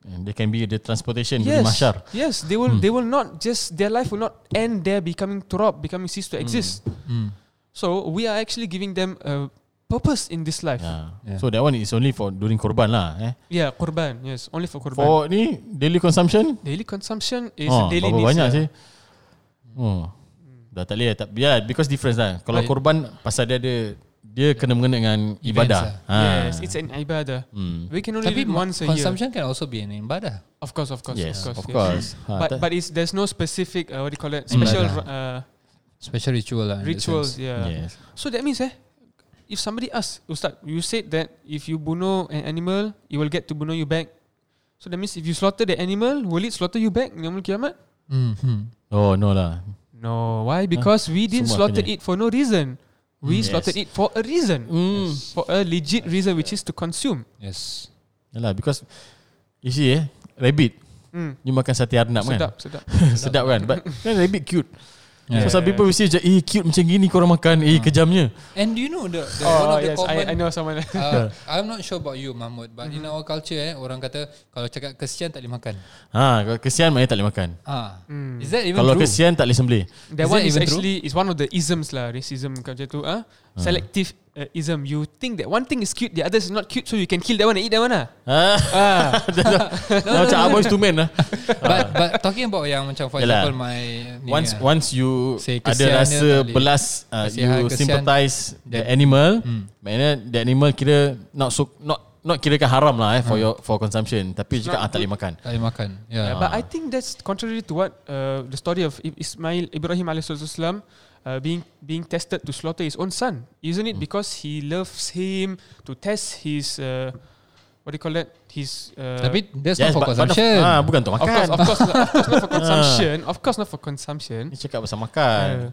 Speaker 1: And They can be the Mm. transportation yes.
Speaker 3: yes,
Speaker 1: mahsyar.
Speaker 3: yes. They will they will not just their life will not end there becoming turab, becoming cease
Speaker 1: Mm.
Speaker 3: to exist. So we are actually giving them a purpose in this life. Yeah,
Speaker 1: Yeah. Ya. So that one is only for during korban lah eh.
Speaker 3: Qurban, yes, only for Qurban.
Speaker 1: For ni daily consumption
Speaker 3: Daily consumption is
Speaker 1: oh,
Speaker 3: daily
Speaker 1: berapa
Speaker 3: needs.
Speaker 1: banyak
Speaker 3: yeah. Hmm.
Speaker 1: sih? Oh. Dah tak boleh tak yeah, because difference lah. Kalau
Speaker 4: Right.
Speaker 1: korban pasal dia ada dia kena mengena dengan ibadah. Ha.
Speaker 3: lah.
Speaker 1: Hmm.
Speaker 3: Yes, it's an ibadah. We can only
Speaker 4: Tapi
Speaker 3: do it once a year.
Speaker 4: consumption can also be an ibadah.
Speaker 3: Of course, of course,
Speaker 1: Yes,
Speaker 3: of
Speaker 1: of
Speaker 3: course. yes.
Speaker 1: course. Ha,
Speaker 3: But
Speaker 1: tak-
Speaker 3: but it's, there's no specific uh, what do you call it special uh,
Speaker 4: Special ritual lah. in that
Speaker 3: rituals.
Speaker 4: sense.
Speaker 3: Yeah.
Speaker 1: yes.
Speaker 3: So that means eh, if somebody asks Ustad, you said that if you bunuh an animal, you will get to bunuh you back. So that means if you slaughter the animal, will it slaughter you back? Yaumul Kiamat?
Speaker 4: Mhm.
Speaker 1: Oh no lah.
Speaker 3: No. Why? Because we
Speaker 1: Ah,
Speaker 3: didn't
Speaker 1: semua
Speaker 3: slaughter
Speaker 1: kena. Mm.
Speaker 3: it for no reason. We
Speaker 1: Yes.
Speaker 3: slaughtered it for a reason,
Speaker 1: Hmm.
Speaker 3: for a legit reason, which is to consume.
Speaker 4: Yes.
Speaker 1: Yalah Ya lah, because you see eh rabbit
Speaker 3: Mm.
Speaker 1: you makan sate arnab
Speaker 3: Sedap,
Speaker 1: kan.
Speaker 3: sedap.
Speaker 1: Sedap kan. But kan rabbit cute.
Speaker 4: Yeah.
Speaker 1: Yeah. So some people will say eh cute macam gini korang makan eh kejamnya.
Speaker 4: And do you know the, the one
Speaker 3: Oh,
Speaker 4: of the
Speaker 3: yes,
Speaker 4: common
Speaker 3: I, I know Mm-hmm. someone.
Speaker 4: Uh, I'm not sure about you Mahmud but in our culture eh orang kata kalau cakap kesian tak boleh makan.
Speaker 1: Ha kalau kesian maknanya tak boleh makan.
Speaker 4: Ah.
Speaker 3: Mm.
Speaker 4: Is that even
Speaker 1: Kalau
Speaker 4: true?
Speaker 1: kesian tak boleh sembelih.
Speaker 3: That
Speaker 4: Is
Speaker 3: one
Speaker 4: that
Speaker 3: is
Speaker 4: even true?
Speaker 3: actually is one of the isms lah, racism kat macam tu ah. Selective uh, ism. You think that one thing is cute, the other is not cute, so you can kill that one and eat that one ah.
Speaker 1: Ha.
Speaker 3: Ah,
Speaker 1: Dah Macam aboys to men lah.
Speaker 4: but but talking about yang macam for
Speaker 1: Yalah.
Speaker 4: example my ni
Speaker 1: Once
Speaker 4: lah.
Speaker 1: once you
Speaker 4: Say
Speaker 1: ada
Speaker 4: kesian dia tak
Speaker 1: rasa
Speaker 4: boleh.
Speaker 1: belas uh,
Speaker 4: Kesian,
Speaker 1: you
Speaker 4: kesian. Hmm.
Speaker 1: sympathize the animal, maknanya the animal kira not so not not kirakan haram lah eh,
Speaker 4: Hmm.
Speaker 1: for your for consumption tapi juga ah, tak boleh makan.
Speaker 4: tak boleh makan. Ya. Yeah.
Speaker 3: Yeah, but I think that's contrary to what uh, the story of I- Ismail Ibrahim alaihissalam uh, being being tested to slaughter his own son, isn't it? Because he loves him to test his uh, what what do you call that? His uh,
Speaker 4: Tapi that's yes, not for
Speaker 1: but- but
Speaker 4: consumption.
Speaker 1: the- Ah, bukan untuk
Speaker 3: of
Speaker 1: makan.
Speaker 3: course, of course, of course not for consumption. Of course not for consumption.
Speaker 1: Ni cakap pasal makan.
Speaker 4: Kan?
Speaker 3: Uh,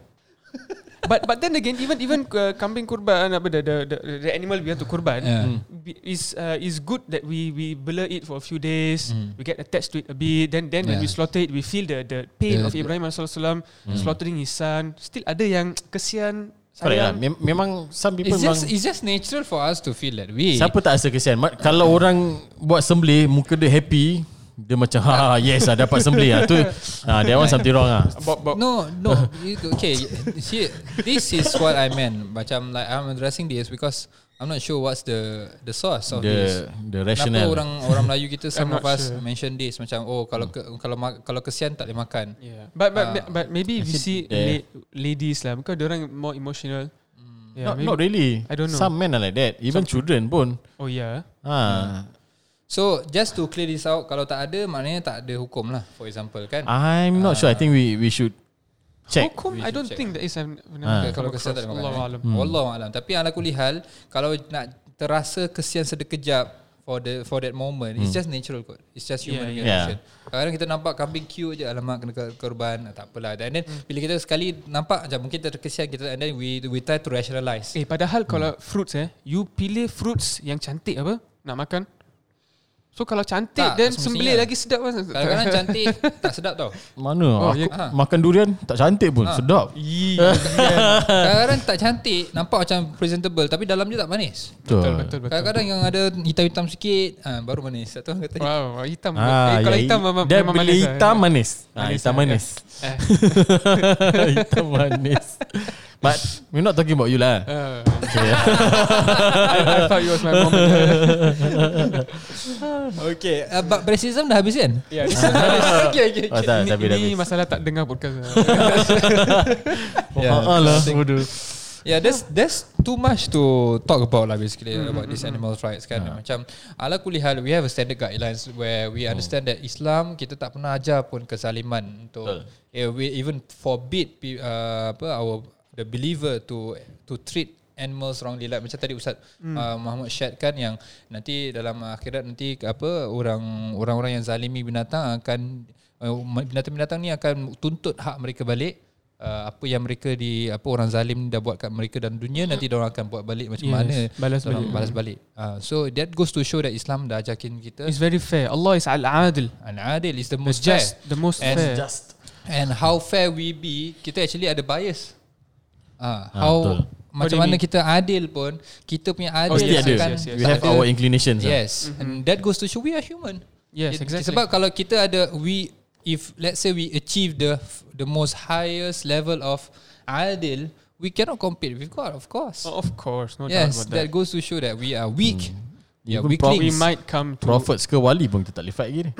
Speaker 3: but but then again, even even uh, kambing kurban apa the the, the, the animal we have to kurban
Speaker 4: Yeah.
Speaker 3: yeah. is uh, is good that we we blur it for a few days. We get attached to it a bit. Then then when
Speaker 4: Mm. Yeah. Mm.
Speaker 3: we slaughter it, we feel the the pain
Speaker 4: The-
Speaker 3: of Ibrahim Rasulullah slaughtering his son. Still ada yang kesian.
Speaker 1: Correct lah.
Speaker 3: sayang.
Speaker 1: Mem- memang some people
Speaker 4: It's just
Speaker 1: memang
Speaker 4: it's just natural for us to feel that way.
Speaker 1: siapa tak rasa kesian. Ma- kalau orang buat sembelih muka dia happy, dia macam ha yes ah dapat sembelih ah tu. Ah that one something wrong ah.
Speaker 3: But, but,
Speaker 4: No, no. you- okay, see, this is what I meant. Macam like I'm addressing this because I'm not sure what's the the source of this.
Speaker 1: The the
Speaker 4: Kenapa
Speaker 1: rationale.
Speaker 4: orang orang Melayu kita some
Speaker 3: I'm
Speaker 4: of
Speaker 3: not
Speaker 4: us
Speaker 3: sure.
Speaker 4: mention this macam oh kalau ke,
Speaker 1: Hmm.
Speaker 4: kalau ma- kalau kesian tak boleh makan.
Speaker 3: Yeah. But but
Speaker 4: Ah.
Speaker 3: but maybe if you see
Speaker 1: Yeah.
Speaker 3: la- ladies lah, because orang more emotional. Yeah,
Speaker 1: not,
Speaker 4: Mm.
Speaker 3: maybe-
Speaker 1: not really.
Speaker 3: I don't know.
Speaker 1: Some men are like that. Even children pun.
Speaker 3: Oh yeah.
Speaker 1: Ah,
Speaker 4: So just to clear this out, kalau tak ada maknanya tak ada hukum lah. For example kan.
Speaker 1: I'm not sure. I think we we should check.
Speaker 3: Hukum,
Speaker 4: We
Speaker 3: I
Speaker 4: should
Speaker 3: don't
Speaker 4: check.
Speaker 3: think that is. I've never
Speaker 1: Ah.
Speaker 3: come
Speaker 4: Okay, kalau kesian
Speaker 3: across.
Speaker 4: tak boleh
Speaker 3: Allahu
Speaker 4: makan.
Speaker 3: alam.
Speaker 4: Ha. Hmm. Allah alam. Tapi ala kulli hal, kalau nak terasa kesian sedekejap for the for that moment, it's just natural kot. It's just
Speaker 1: yeah.
Speaker 4: human yeah, reaction. Hmm. Yeah. Kadang kita nampak kambing cute je, alamak kena kor- korban, ah, tak apalah. And then
Speaker 3: Hmm.
Speaker 4: bila kita sekali nampak macam mungkin terkesian kita and then we we try to rationalize.
Speaker 3: Eh padahal hmm. kalau fruits eh You pilih fruits yang cantik apa Nak makan So kalau cantik
Speaker 4: Tak,
Speaker 3: Then
Speaker 4: tak
Speaker 3: sembelih
Speaker 4: semestinya.
Speaker 3: lagi sedap kan
Speaker 4: Kadang-kadang cantik tak sedap tau.
Speaker 1: Mana
Speaker 3: Oh,
Speaker 1: aku
Speaker 3: ya- Ah.
Speaker 4: Ah.
Speaker 1: makan durian tak cantik pun. Sedap.
Speaker 3: Yee,
Speaker 4: Kadang-kadang tak cantik, nampak macam presentable tapi dalam dia tak manis.
Speaker 3: Betul betul betul
Speaker 4: Kadang-kadang yang ada hitam-hitam sikit, ah, baru manis. Satu orang kata
Speaker 3: Wow hitam
Speaker 1: Ah,
Speaker 3: eh, Kalau
Speaker 1: ya,
Speaker 3: hitam memang,
Speaker 1: dia
Speaker 3: memang
Speaker 1: beli
Speaker 3: manis lah.
Speaker 1: hitam manis. Ah, hitam
Speaker 3: lah,
Speaker 1: manis.
Speaker 3: eh. Eh,
Speaker 1: hitam manis. But we're not talking about you lah.
Speaker 3: eh.
Speaker 1: Okay.
Speaker 3: I, I thought it was my moment
Speaker 4: Okay, uh, but racism dah habis kan?
Speaker 3: yeah, this, Ah.
Speaker 4: okay, okay.
Speaker 1: Oh, tak, dah
Speaker 3: ini,
Speaker 1: habis, dah
Speaker 3: ini
Speaker 1: habis.
Speaker 3: masalah tak dengar podcast
Speaker 4: Ha,
Speaker 1: Yeah, oh, lah. Bodoh.
Speaker 4: Yeah, there's there's too much to talk about lah basically mm-hmm. about this animal rights kan. Yeah. Oh. Macam ala kulli hal we have a standard guidelines where we understand that Islam kita tak pernah ajar pun kezaliman untuk yeah, we even forbid pe- uh, apa our the believer to to treat animals wrongly like macam tadi Ustaz mm. uh, Muhammad Syed kan yang nanti dalam akhirat nanti apa orang orang-orang yang zalimi binatang akan uh, binatang-binatang ni akan tuntut hak mereka balik uh, apa yang mereka di apa orang zalim ni dah buat kat mereka dan dunia nanti dia orang akan buat balik
Speaker 3: Yes,
Speaker 4: macam yes, mana
Speaker 3: balas
Speaker 4: dorang
Speaker 3: balik.
Speaker 4: balas balik uh, so that goes to show that Islam dah ajakin kita
Speaker 3: It's very fair Allah is al-adil
Speaker 4: an adil is the
Speaker 3: It's
Speaker 4: most fair
Speaker 3: just the most
Speaker 4: And
Speaker 3: fair
Speaker 1: Just.
Speaker 4: and how fair we be kita actually ada bias uh, how
Speaker 1: Ah, betul.
Speaker 3: What do you
Speaker 4: macam mana
Speaker 3: mean?
Speaker 4: kita adil pun kita punya adil
Speaker 1: Mesti
Speaker 3: Oh, yes,
Speaker 1: ada.
Speaker 4: akan
Speaker 3: yes, Mm-hmm. yes.
Speaker 1: We have
Speaker 4: ada-
Speaker 1: our inclinations. lah.
Speaker 4: yes and that goes to show we are human
Speaker 3: Yes
Speaker 4: It-
Speaker 3: exactly
Speaker 4: Sebab kalau kita ada we if let's say we achieve the the most highest level of adil, we cannot compete with God, of course.
Speaker 3: oh, Of course No
Speaker 4: yes,
Speaker 3: doubt about
Speaker 4: that.
Speaker 3: that,
Speaker 4: goes to show that we are weak. We are
Speaker 1: Even
Speaker 3: We
Speaker 4: weaklings.
Speaker 3: might come to
Speaker 1: Prophets ke wali pun kita tak boleh fight lagi ni.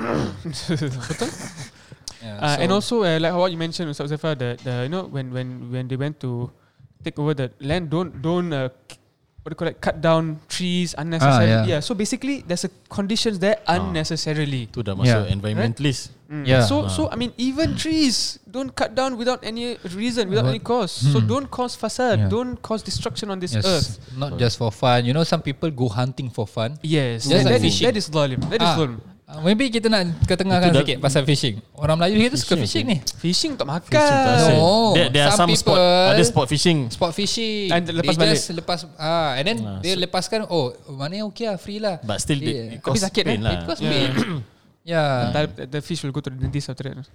Speaker 4: Yeah,
Speaker 3: Uh,
Speaker 4: so-
Speaker 3: and also, uh, like what you mentioned, Ustaz Zafar, that uh, you know when when when they went to take over the land, don't don't uh, k- what do you call it? Cut down trees unnecessarily.
Speaker 2: yeah.
Speaker 3: yeah. So basically, there's a conditions there unnecessarily.
Speaker 1: Tu dah masuk
Speaker 2: Yeah.
Speaker 1: environmentalist.
Speaker 3: Mm.
Speaker 2: Yeah.
Speaker 3: So so I mean, even trees don't cut down without any reason, without any cause. So don't cause facade.
Speaker 2: Yeah.
Speaker 3: Don't cause destruction on this
Speaker 4: yes,
Speaker 3: earth.
Speaker 4: not just for fun. You know, some people go hunting for fun.
Speaker 3: Yes, that,
Speaker 4: Just
Speaker 3: that
Speaker 4: like
Speaker 3: is
Speaker 4: fishing.
Speaker 3: that is zalim. That is
Speaker 4: Ah,
Speaker 3: zalim.
Speaker 4: ah, maybe kita nak ketengahkan
Speaker 1: Itu dah-
Speaker 4: sikit pasal fishing. Orang Melayu kita suka fishing ni.
Speaker 3: Fishing tak makan.
Speaker 1: Fishing tak asal.
Speaker 4: No.
Speaker 1: There, there are some
Speaker 4: Some
Speaker 1: spot,
Speaker 4: people-
Speaker 1: ada spot fishing.
Speaker 4: Spot fishing.
Speaker 3: And Ah, lepas
Speaker 4: they
Speaker 3: balik.
Speaker 4: just lepas ah and then dia lepaskan oh mana okay lah free lah.
Speaker 1: But still,
Speaker 4: Dia-
Speaker 1: yeah. it costs
Speaker 3: sakit,
Speaker 1: pain
Speaker 3: eh?
Speaker 1: lah.
Speaker 4: It costs
Speaker 3: Yeah.
Speaker 4: yeah. yeah.
Speaker 3: The, the fish will go to the dentist after that.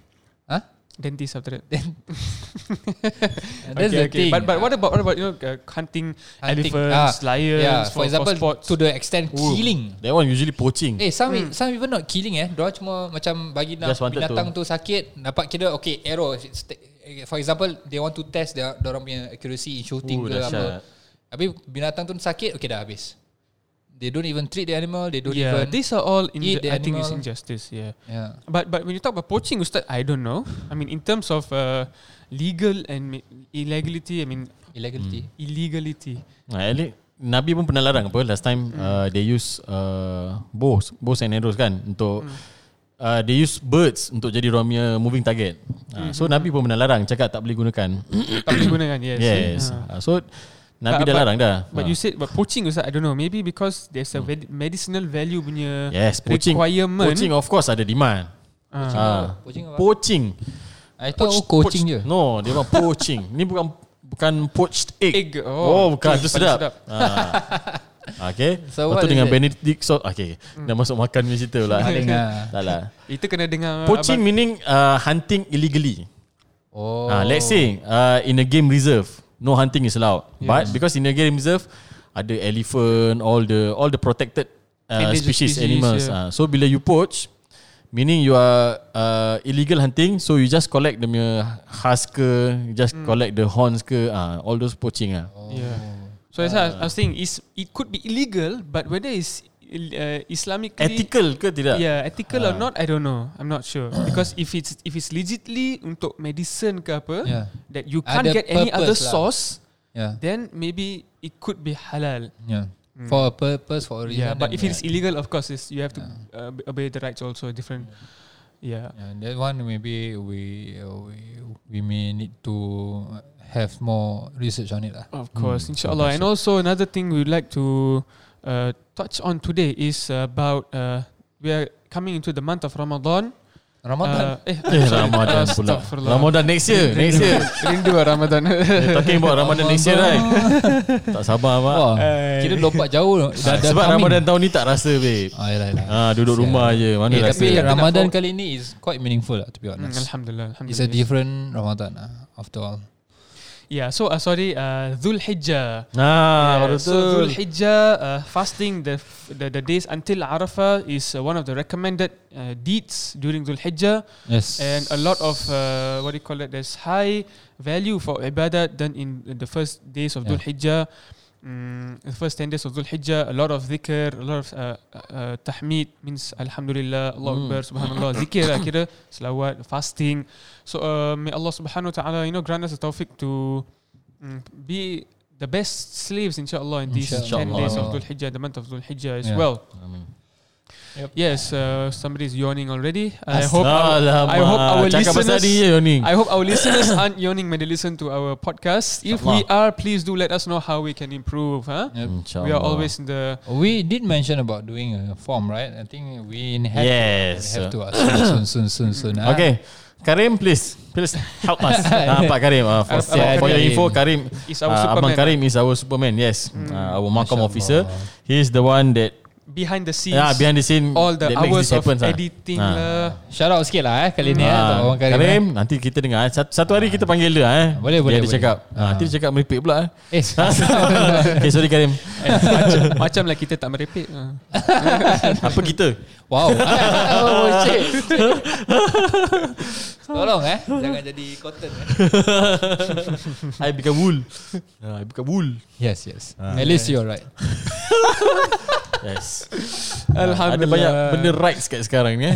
Speaker 4: Huh?
Speaker 3: Dentist after that.
Speaker 4: That's
Speaker 3: okay,
Speaker 4: the
Speaker 3: okay.
Speaker 4: thing.
Speaker 3: But but what about what about you know uh, hunting,
Speaker 4: Hunting,
Speaker 3: elephants,
Speaker 4: ah,
Speaker 3: lions,
Speaker 4: yeah,
Speaker 3: for, for example, sports?
Speaker 4: to the extent Ooh. killing.
Speaker 1: That one usually poaching.
Speaker 4: Eh, some hmm. some even not killing eh. Dia cuma macam bagi nak
Speaker 1: Just wanted
Speaker 4: binatang tu sakit, dapat kira okay arrow. it's- For example, they want to test their orang punya accuracy in shooting
Speaker 1: Ooh,
Speaker 4: ke
Speaker 1: dahsyat.
Speaker 4: apa. Habis binatang tu sakit, okay dah habis. They don't even treat the animal, they don't
Speaker 3: yeah,
Speaker 4: even
Speaker 3: these are all in
Speaker 4: eat the
Speaker 3: I think it's
Speaker 4: animal.
Speaker 3: injustice. Yeah,
Speaker 4: yeah.
Speaker 3: but but when you talk about poaching, Ustaz, I don't know. I mean, in terms of uh, legal and mi- illegality, I mean
Speaker 4: Illegality.
Speaker 3: illegality.
Speaker 1: Nah, at least Nabi pun pernah larang apa last time uh, they use uh, bows, bows and arrows kan untuk
Speaker 3: Hmm.
Speaker 1: uh, they use birds untuk jadi orang punya moving target. Uh,
Speaker 3: Hmm.
Speaker 1: so Nabi pun pernah larang cakap tak boleh gunakan.
Speaker 3: tak boleh guna kan? Yes.
Speaker 1: yes.
Speaker 3: Ah.
Speaker 1: Uh, so Nabi
Speaker 3: But-
Speaker 1: dah
Speaker 3: but-
Speaker 1: larang dah.
Speaker 3: But
Speaker 1: Ha.
Speaker 3: you said But poaching Ustaz I don't know Maybe because There's a
Speaker 4: Hmm.
Speaker 3: med- medicinal value punya
Speaker 1: yes, poaching.
Speaker 3: Requirement
Speaker 1: Poaching of course ada demand. Ha.
Speaker 3: Ah.
Speaker 4: Poaching apa?
Speaker 1: Poaching.
Speaker 4: I thought oh, coaching je.
Speaker 1: No, dia bukan poaching. Ni bukan bukan poached egg.
Speaker 3: Egg,
Speaker 1: Oh,
Speaker 3: oh.
Speaker 1: bukan. Itu
Speaker 3: Paling
Speaker 1: sedap.
Speaker 3: sedap.
Speaker 1: ha. Okay.
Speaker 4: So
Speaker 1: Lepas
Speaker 4: what
Speaker 1: tu
Speaker 4: is
Speaker 1: dengan
Speaker 4: it?
Speaker 1: Benedict sauce. Okay. Dah masuk makan punya cerita pula.
Speaker 4: dengar.
Speaker 1: tak lah.
Speaker 3: Itu kena dengar
Speaker 1: Poaching
Speaker 3: abang.
Speaker 1: meaning uh, hunting illegally.
Speaker 4: Oh.
Speaker 1: Oh. Uh, let's say uh, in a game reserve, no hunting is allowed. Yes. But because in a game reserve, ada elephant, all the all the protected uh,
Speaker 3: Endangered
Speaker 1: species, species
Speaker 3: species,
Speaker 1: animals.
Speaker 3: yeah.
Speaker 1: Yeah. Uh, so bila you poach, meaning you are uh, illegal hunting, so you just collect the husk ke, you just
Speaker 4: Hmm.
Speaker 1: mm. collect the horns ke, uh, all those poaching ah. Uh.
Speaker 3: Yeah. So that's why I was- I
Speaker 4: Uh.
Speaker 3: was saying is it could be illegal, but whether it's il- uh, Islamically
Speaker 1: Ethical ke tidak?
Speaker 3: Yeah, ethical or
Speaker 4: Uh.
Speaker 3: not, I don't know. I'm not sure because if it's if it's legitly untuk medicine ke apa,
Speaker 4: Yeah.
Speaker 3: that you can't
Speaker 4: Ada
Speaker 3: get any
Speaker 4: purpose
Speaker 3: other
Speaker 4: lah.
Speaker 3: source,
Speaker 4: Yeah.
Speaker 3: then maybe it could be halal.
Speaker 4: Yeah. For a purpose, for a reason.
Speaker 3: Yeah, but
Speaker 4: then
Speaker 3: if it is illegal, of course, it's, you have to uh, ob- obey the rights also different. Yeah.
Speaker 4: Yeah, that one maybe we uh, we we may need to have more research on it lah.
Speaker 3: Of course,
Speaker 4: Hmm.
Speaker 3: inshallah. And also another thing we'd like to uh, touch on today is about uh, we are coming into the month of Ramadan.
Speaker 4: Ramadan.
Speaker 3: Uh, eh,
Speaker 1: Eh, Ramadan pula.
Speaker 4: lah.
Speaker 3: Astaghfirullah.
Speaker 1: Ramadan next year, next year.
Speaker 3: Rindu lah Ramadan.
Speaker 1: We're talking about Ramadan next year, right? Tak sabar, Mak.
Speaker 4: Wah, kira lompat jauh. Dah, dah
Speaker 1: Sebab
Speaker 4: coming.
Speaker 1: Ramadan tahun ni tak rasa, babe.
Speaker 4: Ah, yalah, yalah.
Speaker 1: Ah, duduk rumah je. Mana
Speaker 4: Eh,
Speaker 1: rasa?
Speaker 4: tapi
Speaker 3: nak
Speaker 4: Ramadan
Speaker 3: fo-
Speaker 4: kali ni is quite meaningful lah, to be
Speaker 3: Mm,
Speaker 4: honest.
Speaker 3: Alhamdulillah.
Speaker 4: It's a
Speaker 3: Alhamdulillah.
Speaker 4: different Ramadan lah, after all.
Speaker 3: yeah, so uh, sorry, uh, Dhul Hijjah.
Speaker 1: Ah,
Speaker 3: Yeah,
Speaker 1: baru
Speaker 3: so Dhul Hijjah, uh, fasting the, f- the the days until Arafah is uh, one of the recommended uh, deeds during Dhul Hijjah.
Speaker 4: Yes.
Speaker 3: and a lot of uh, what do you call it? There's high value for ibadah done in in the first days of
Speaker 4: Yeah.
Speaker 3: Dhul Hijjah, mm, the first ten days of Dhul Hijjah. A lot of dhikr, a lot of uh, uh, tahmid means Alhamdulillah, Allah
Speaker 1: Mm.
Speaker 3: Akbar, Subhanallah, zikir lah kira, salawat, fasting. So uh, may Allah Subhanahu Wa Taala you know grant us the tawfiq to mm, be the best slaves inshallah in these
Speaker 4: Inshallah.
Speaker 3: 10 days of
Speaker 4: Inshallah.
Speaker 3: Dhul Hijjah, the month of Dhul Hijjah as
Speaker 4: Yeah.
Speaker 3: well.
Speaker 1: Amin.
Speaker 3: Yes, uh, somebody's yawning already. I
Speaker 4: Astaghfirullah.
Speaker 3: hope our, I hope our
Speaker 1: Cakap pasal
Speaker 3: listeners
Speaker 1: dia, Yoni.
Speaker 3: I hope our listeners aren't yawning when they listen to our podcast. If we are, please do let us know how we can improve. Huh?
Speaker 4: Yep.
Speaker 3: We are always in the
Speaker 4: We did mention about doing a form, right? I think we have
Speaker 1: Yes.
Speaker 4: to, ah. we have to ask soon, soon, soon, soon. soon ah.
Speaker 1: Okay. Karim, please. Please help us. ah, Pak Karim. ah, for,
Speaker 4: Abang
Speaker 1: for your
Speaker 4: Karim.
Speaker 1: info, Karim.
Speaker 3: is our
Speaker 1: ah, Abang
Speaker 3: Superman Hmm.
Speaker 1: Karim is our Superman, yes. Ah, our Makam
Speaker 4: Masya
Speaker 1: officer.
Speaker 4: Allah.
Speaker 1: He is the one that
Speaker 3: behind the scenes.
Speaker 1: yeah, behind the scene
Speaker 3: all the
Speaker 1: that makes
Speaker 3: hours
Speaker 1: this
Speaker 3: of
Speaker 1: happen.
Speaker 3: editing lah.
Speaker 4: Shout out sikit lah eh, kali ni. eh, untuk
Speaker 1: Ah,
Speaker 4: orang Karim. eh.
Speaker 1: Karim, nanti kita dengar. eh. Satu, satu hari kita panggil dia. Eh. Biar
Speaker 4: Boleh, boleh,
Speaker 1: Dia
Speaker 4: boleh.
Speaker 1: cakap. Ah, nanti dia cakap meripik pula. Eh.
Speaker 4: Eh,
Speaker 1: okay, sorry Karim.
Speaker 3: macam, macam lah kita tak merepek. ah.
Speaker 1: Apa kita?
Speaker 4: wow. oh, shit. Tolong eh. Jangan jadi cotton eh.
Speaker 1: I become wool. Ah, I become wool.
Speaker 4: Yes, yes. At least you're right.
Speaker 1: Yes. Ada
Speaker 3: Alhamdulillah.
Speaker 1: banyak benda rights kat sekarang ni. Eh.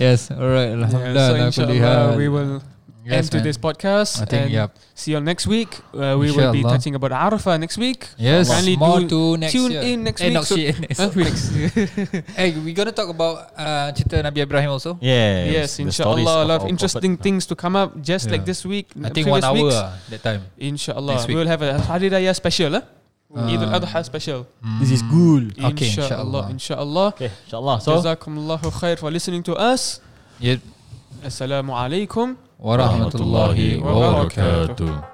Speaker 4: Yes, alright.
Speaker 3: Yeah, so inshallah we will end
Speaker 4: Yes,
Speaker 3: to
Speaker 4: man.
Speaker 3: this podcast.
Speaker 4: I think,
Speaker 3: and
Speaker 4: yep.
Speaker 3: See you all next week. Uh, we will be
Speaker 4: Inshallah.
Speaker 3: touching about Arafah next week.
Speaker 4: Yes,
Speaker 3: Kindly
Speaker 4: more
Speaker 3: do
Speaker 4: to next
Speaker 3: tune
Speaker 4: year.
Speaker 3: in next week.
Speaker 4: eh, Next
Speaker 3: So-
Speaker 4: year. Next
Speaker 3: Huh?
Speaker 4: week. hey, we gonna talk about uh, cerita Nabi Ibrahim also.
Speaker 1: Yes. lah.
Speaker 3: Yes,
Speaker 1: the stories
Speaker 3: inshallah, a lot of
Speaker 1: our prophet.
Speaker 3: interesting things to come up just
Speaker 4: Yeah.
Speaker 3: like this week.
Speaker 4: I think
Speaker 3: previous
Speaker 4: one hour
Speaker 3: weeks.
Speaker 4: ah, that time.
Speaker 3: Inshallah,
Speaker 4: Next
Speaker 3: we
Speaker 4: week.
Speaker 3: will have a Hari Raya special. Eh? Eid al Adha special.
Speaker 1: Hmm. This is good.
Speaker 4: Okay,
Speaker 3: inshallah,
Speaker 4: inshallah.
Speaker 3: inshallah.
Speaker 1: Okay, insyaAllah. So,
Speaker 3: Jazakumullahu khair for listening to us.
Speaker 4: Yep.
Speaker 3: Assalamu alaikum.
Speaker 4: Warahmatullahi wabarakatuh.
Speaker 1: wabarakatuh.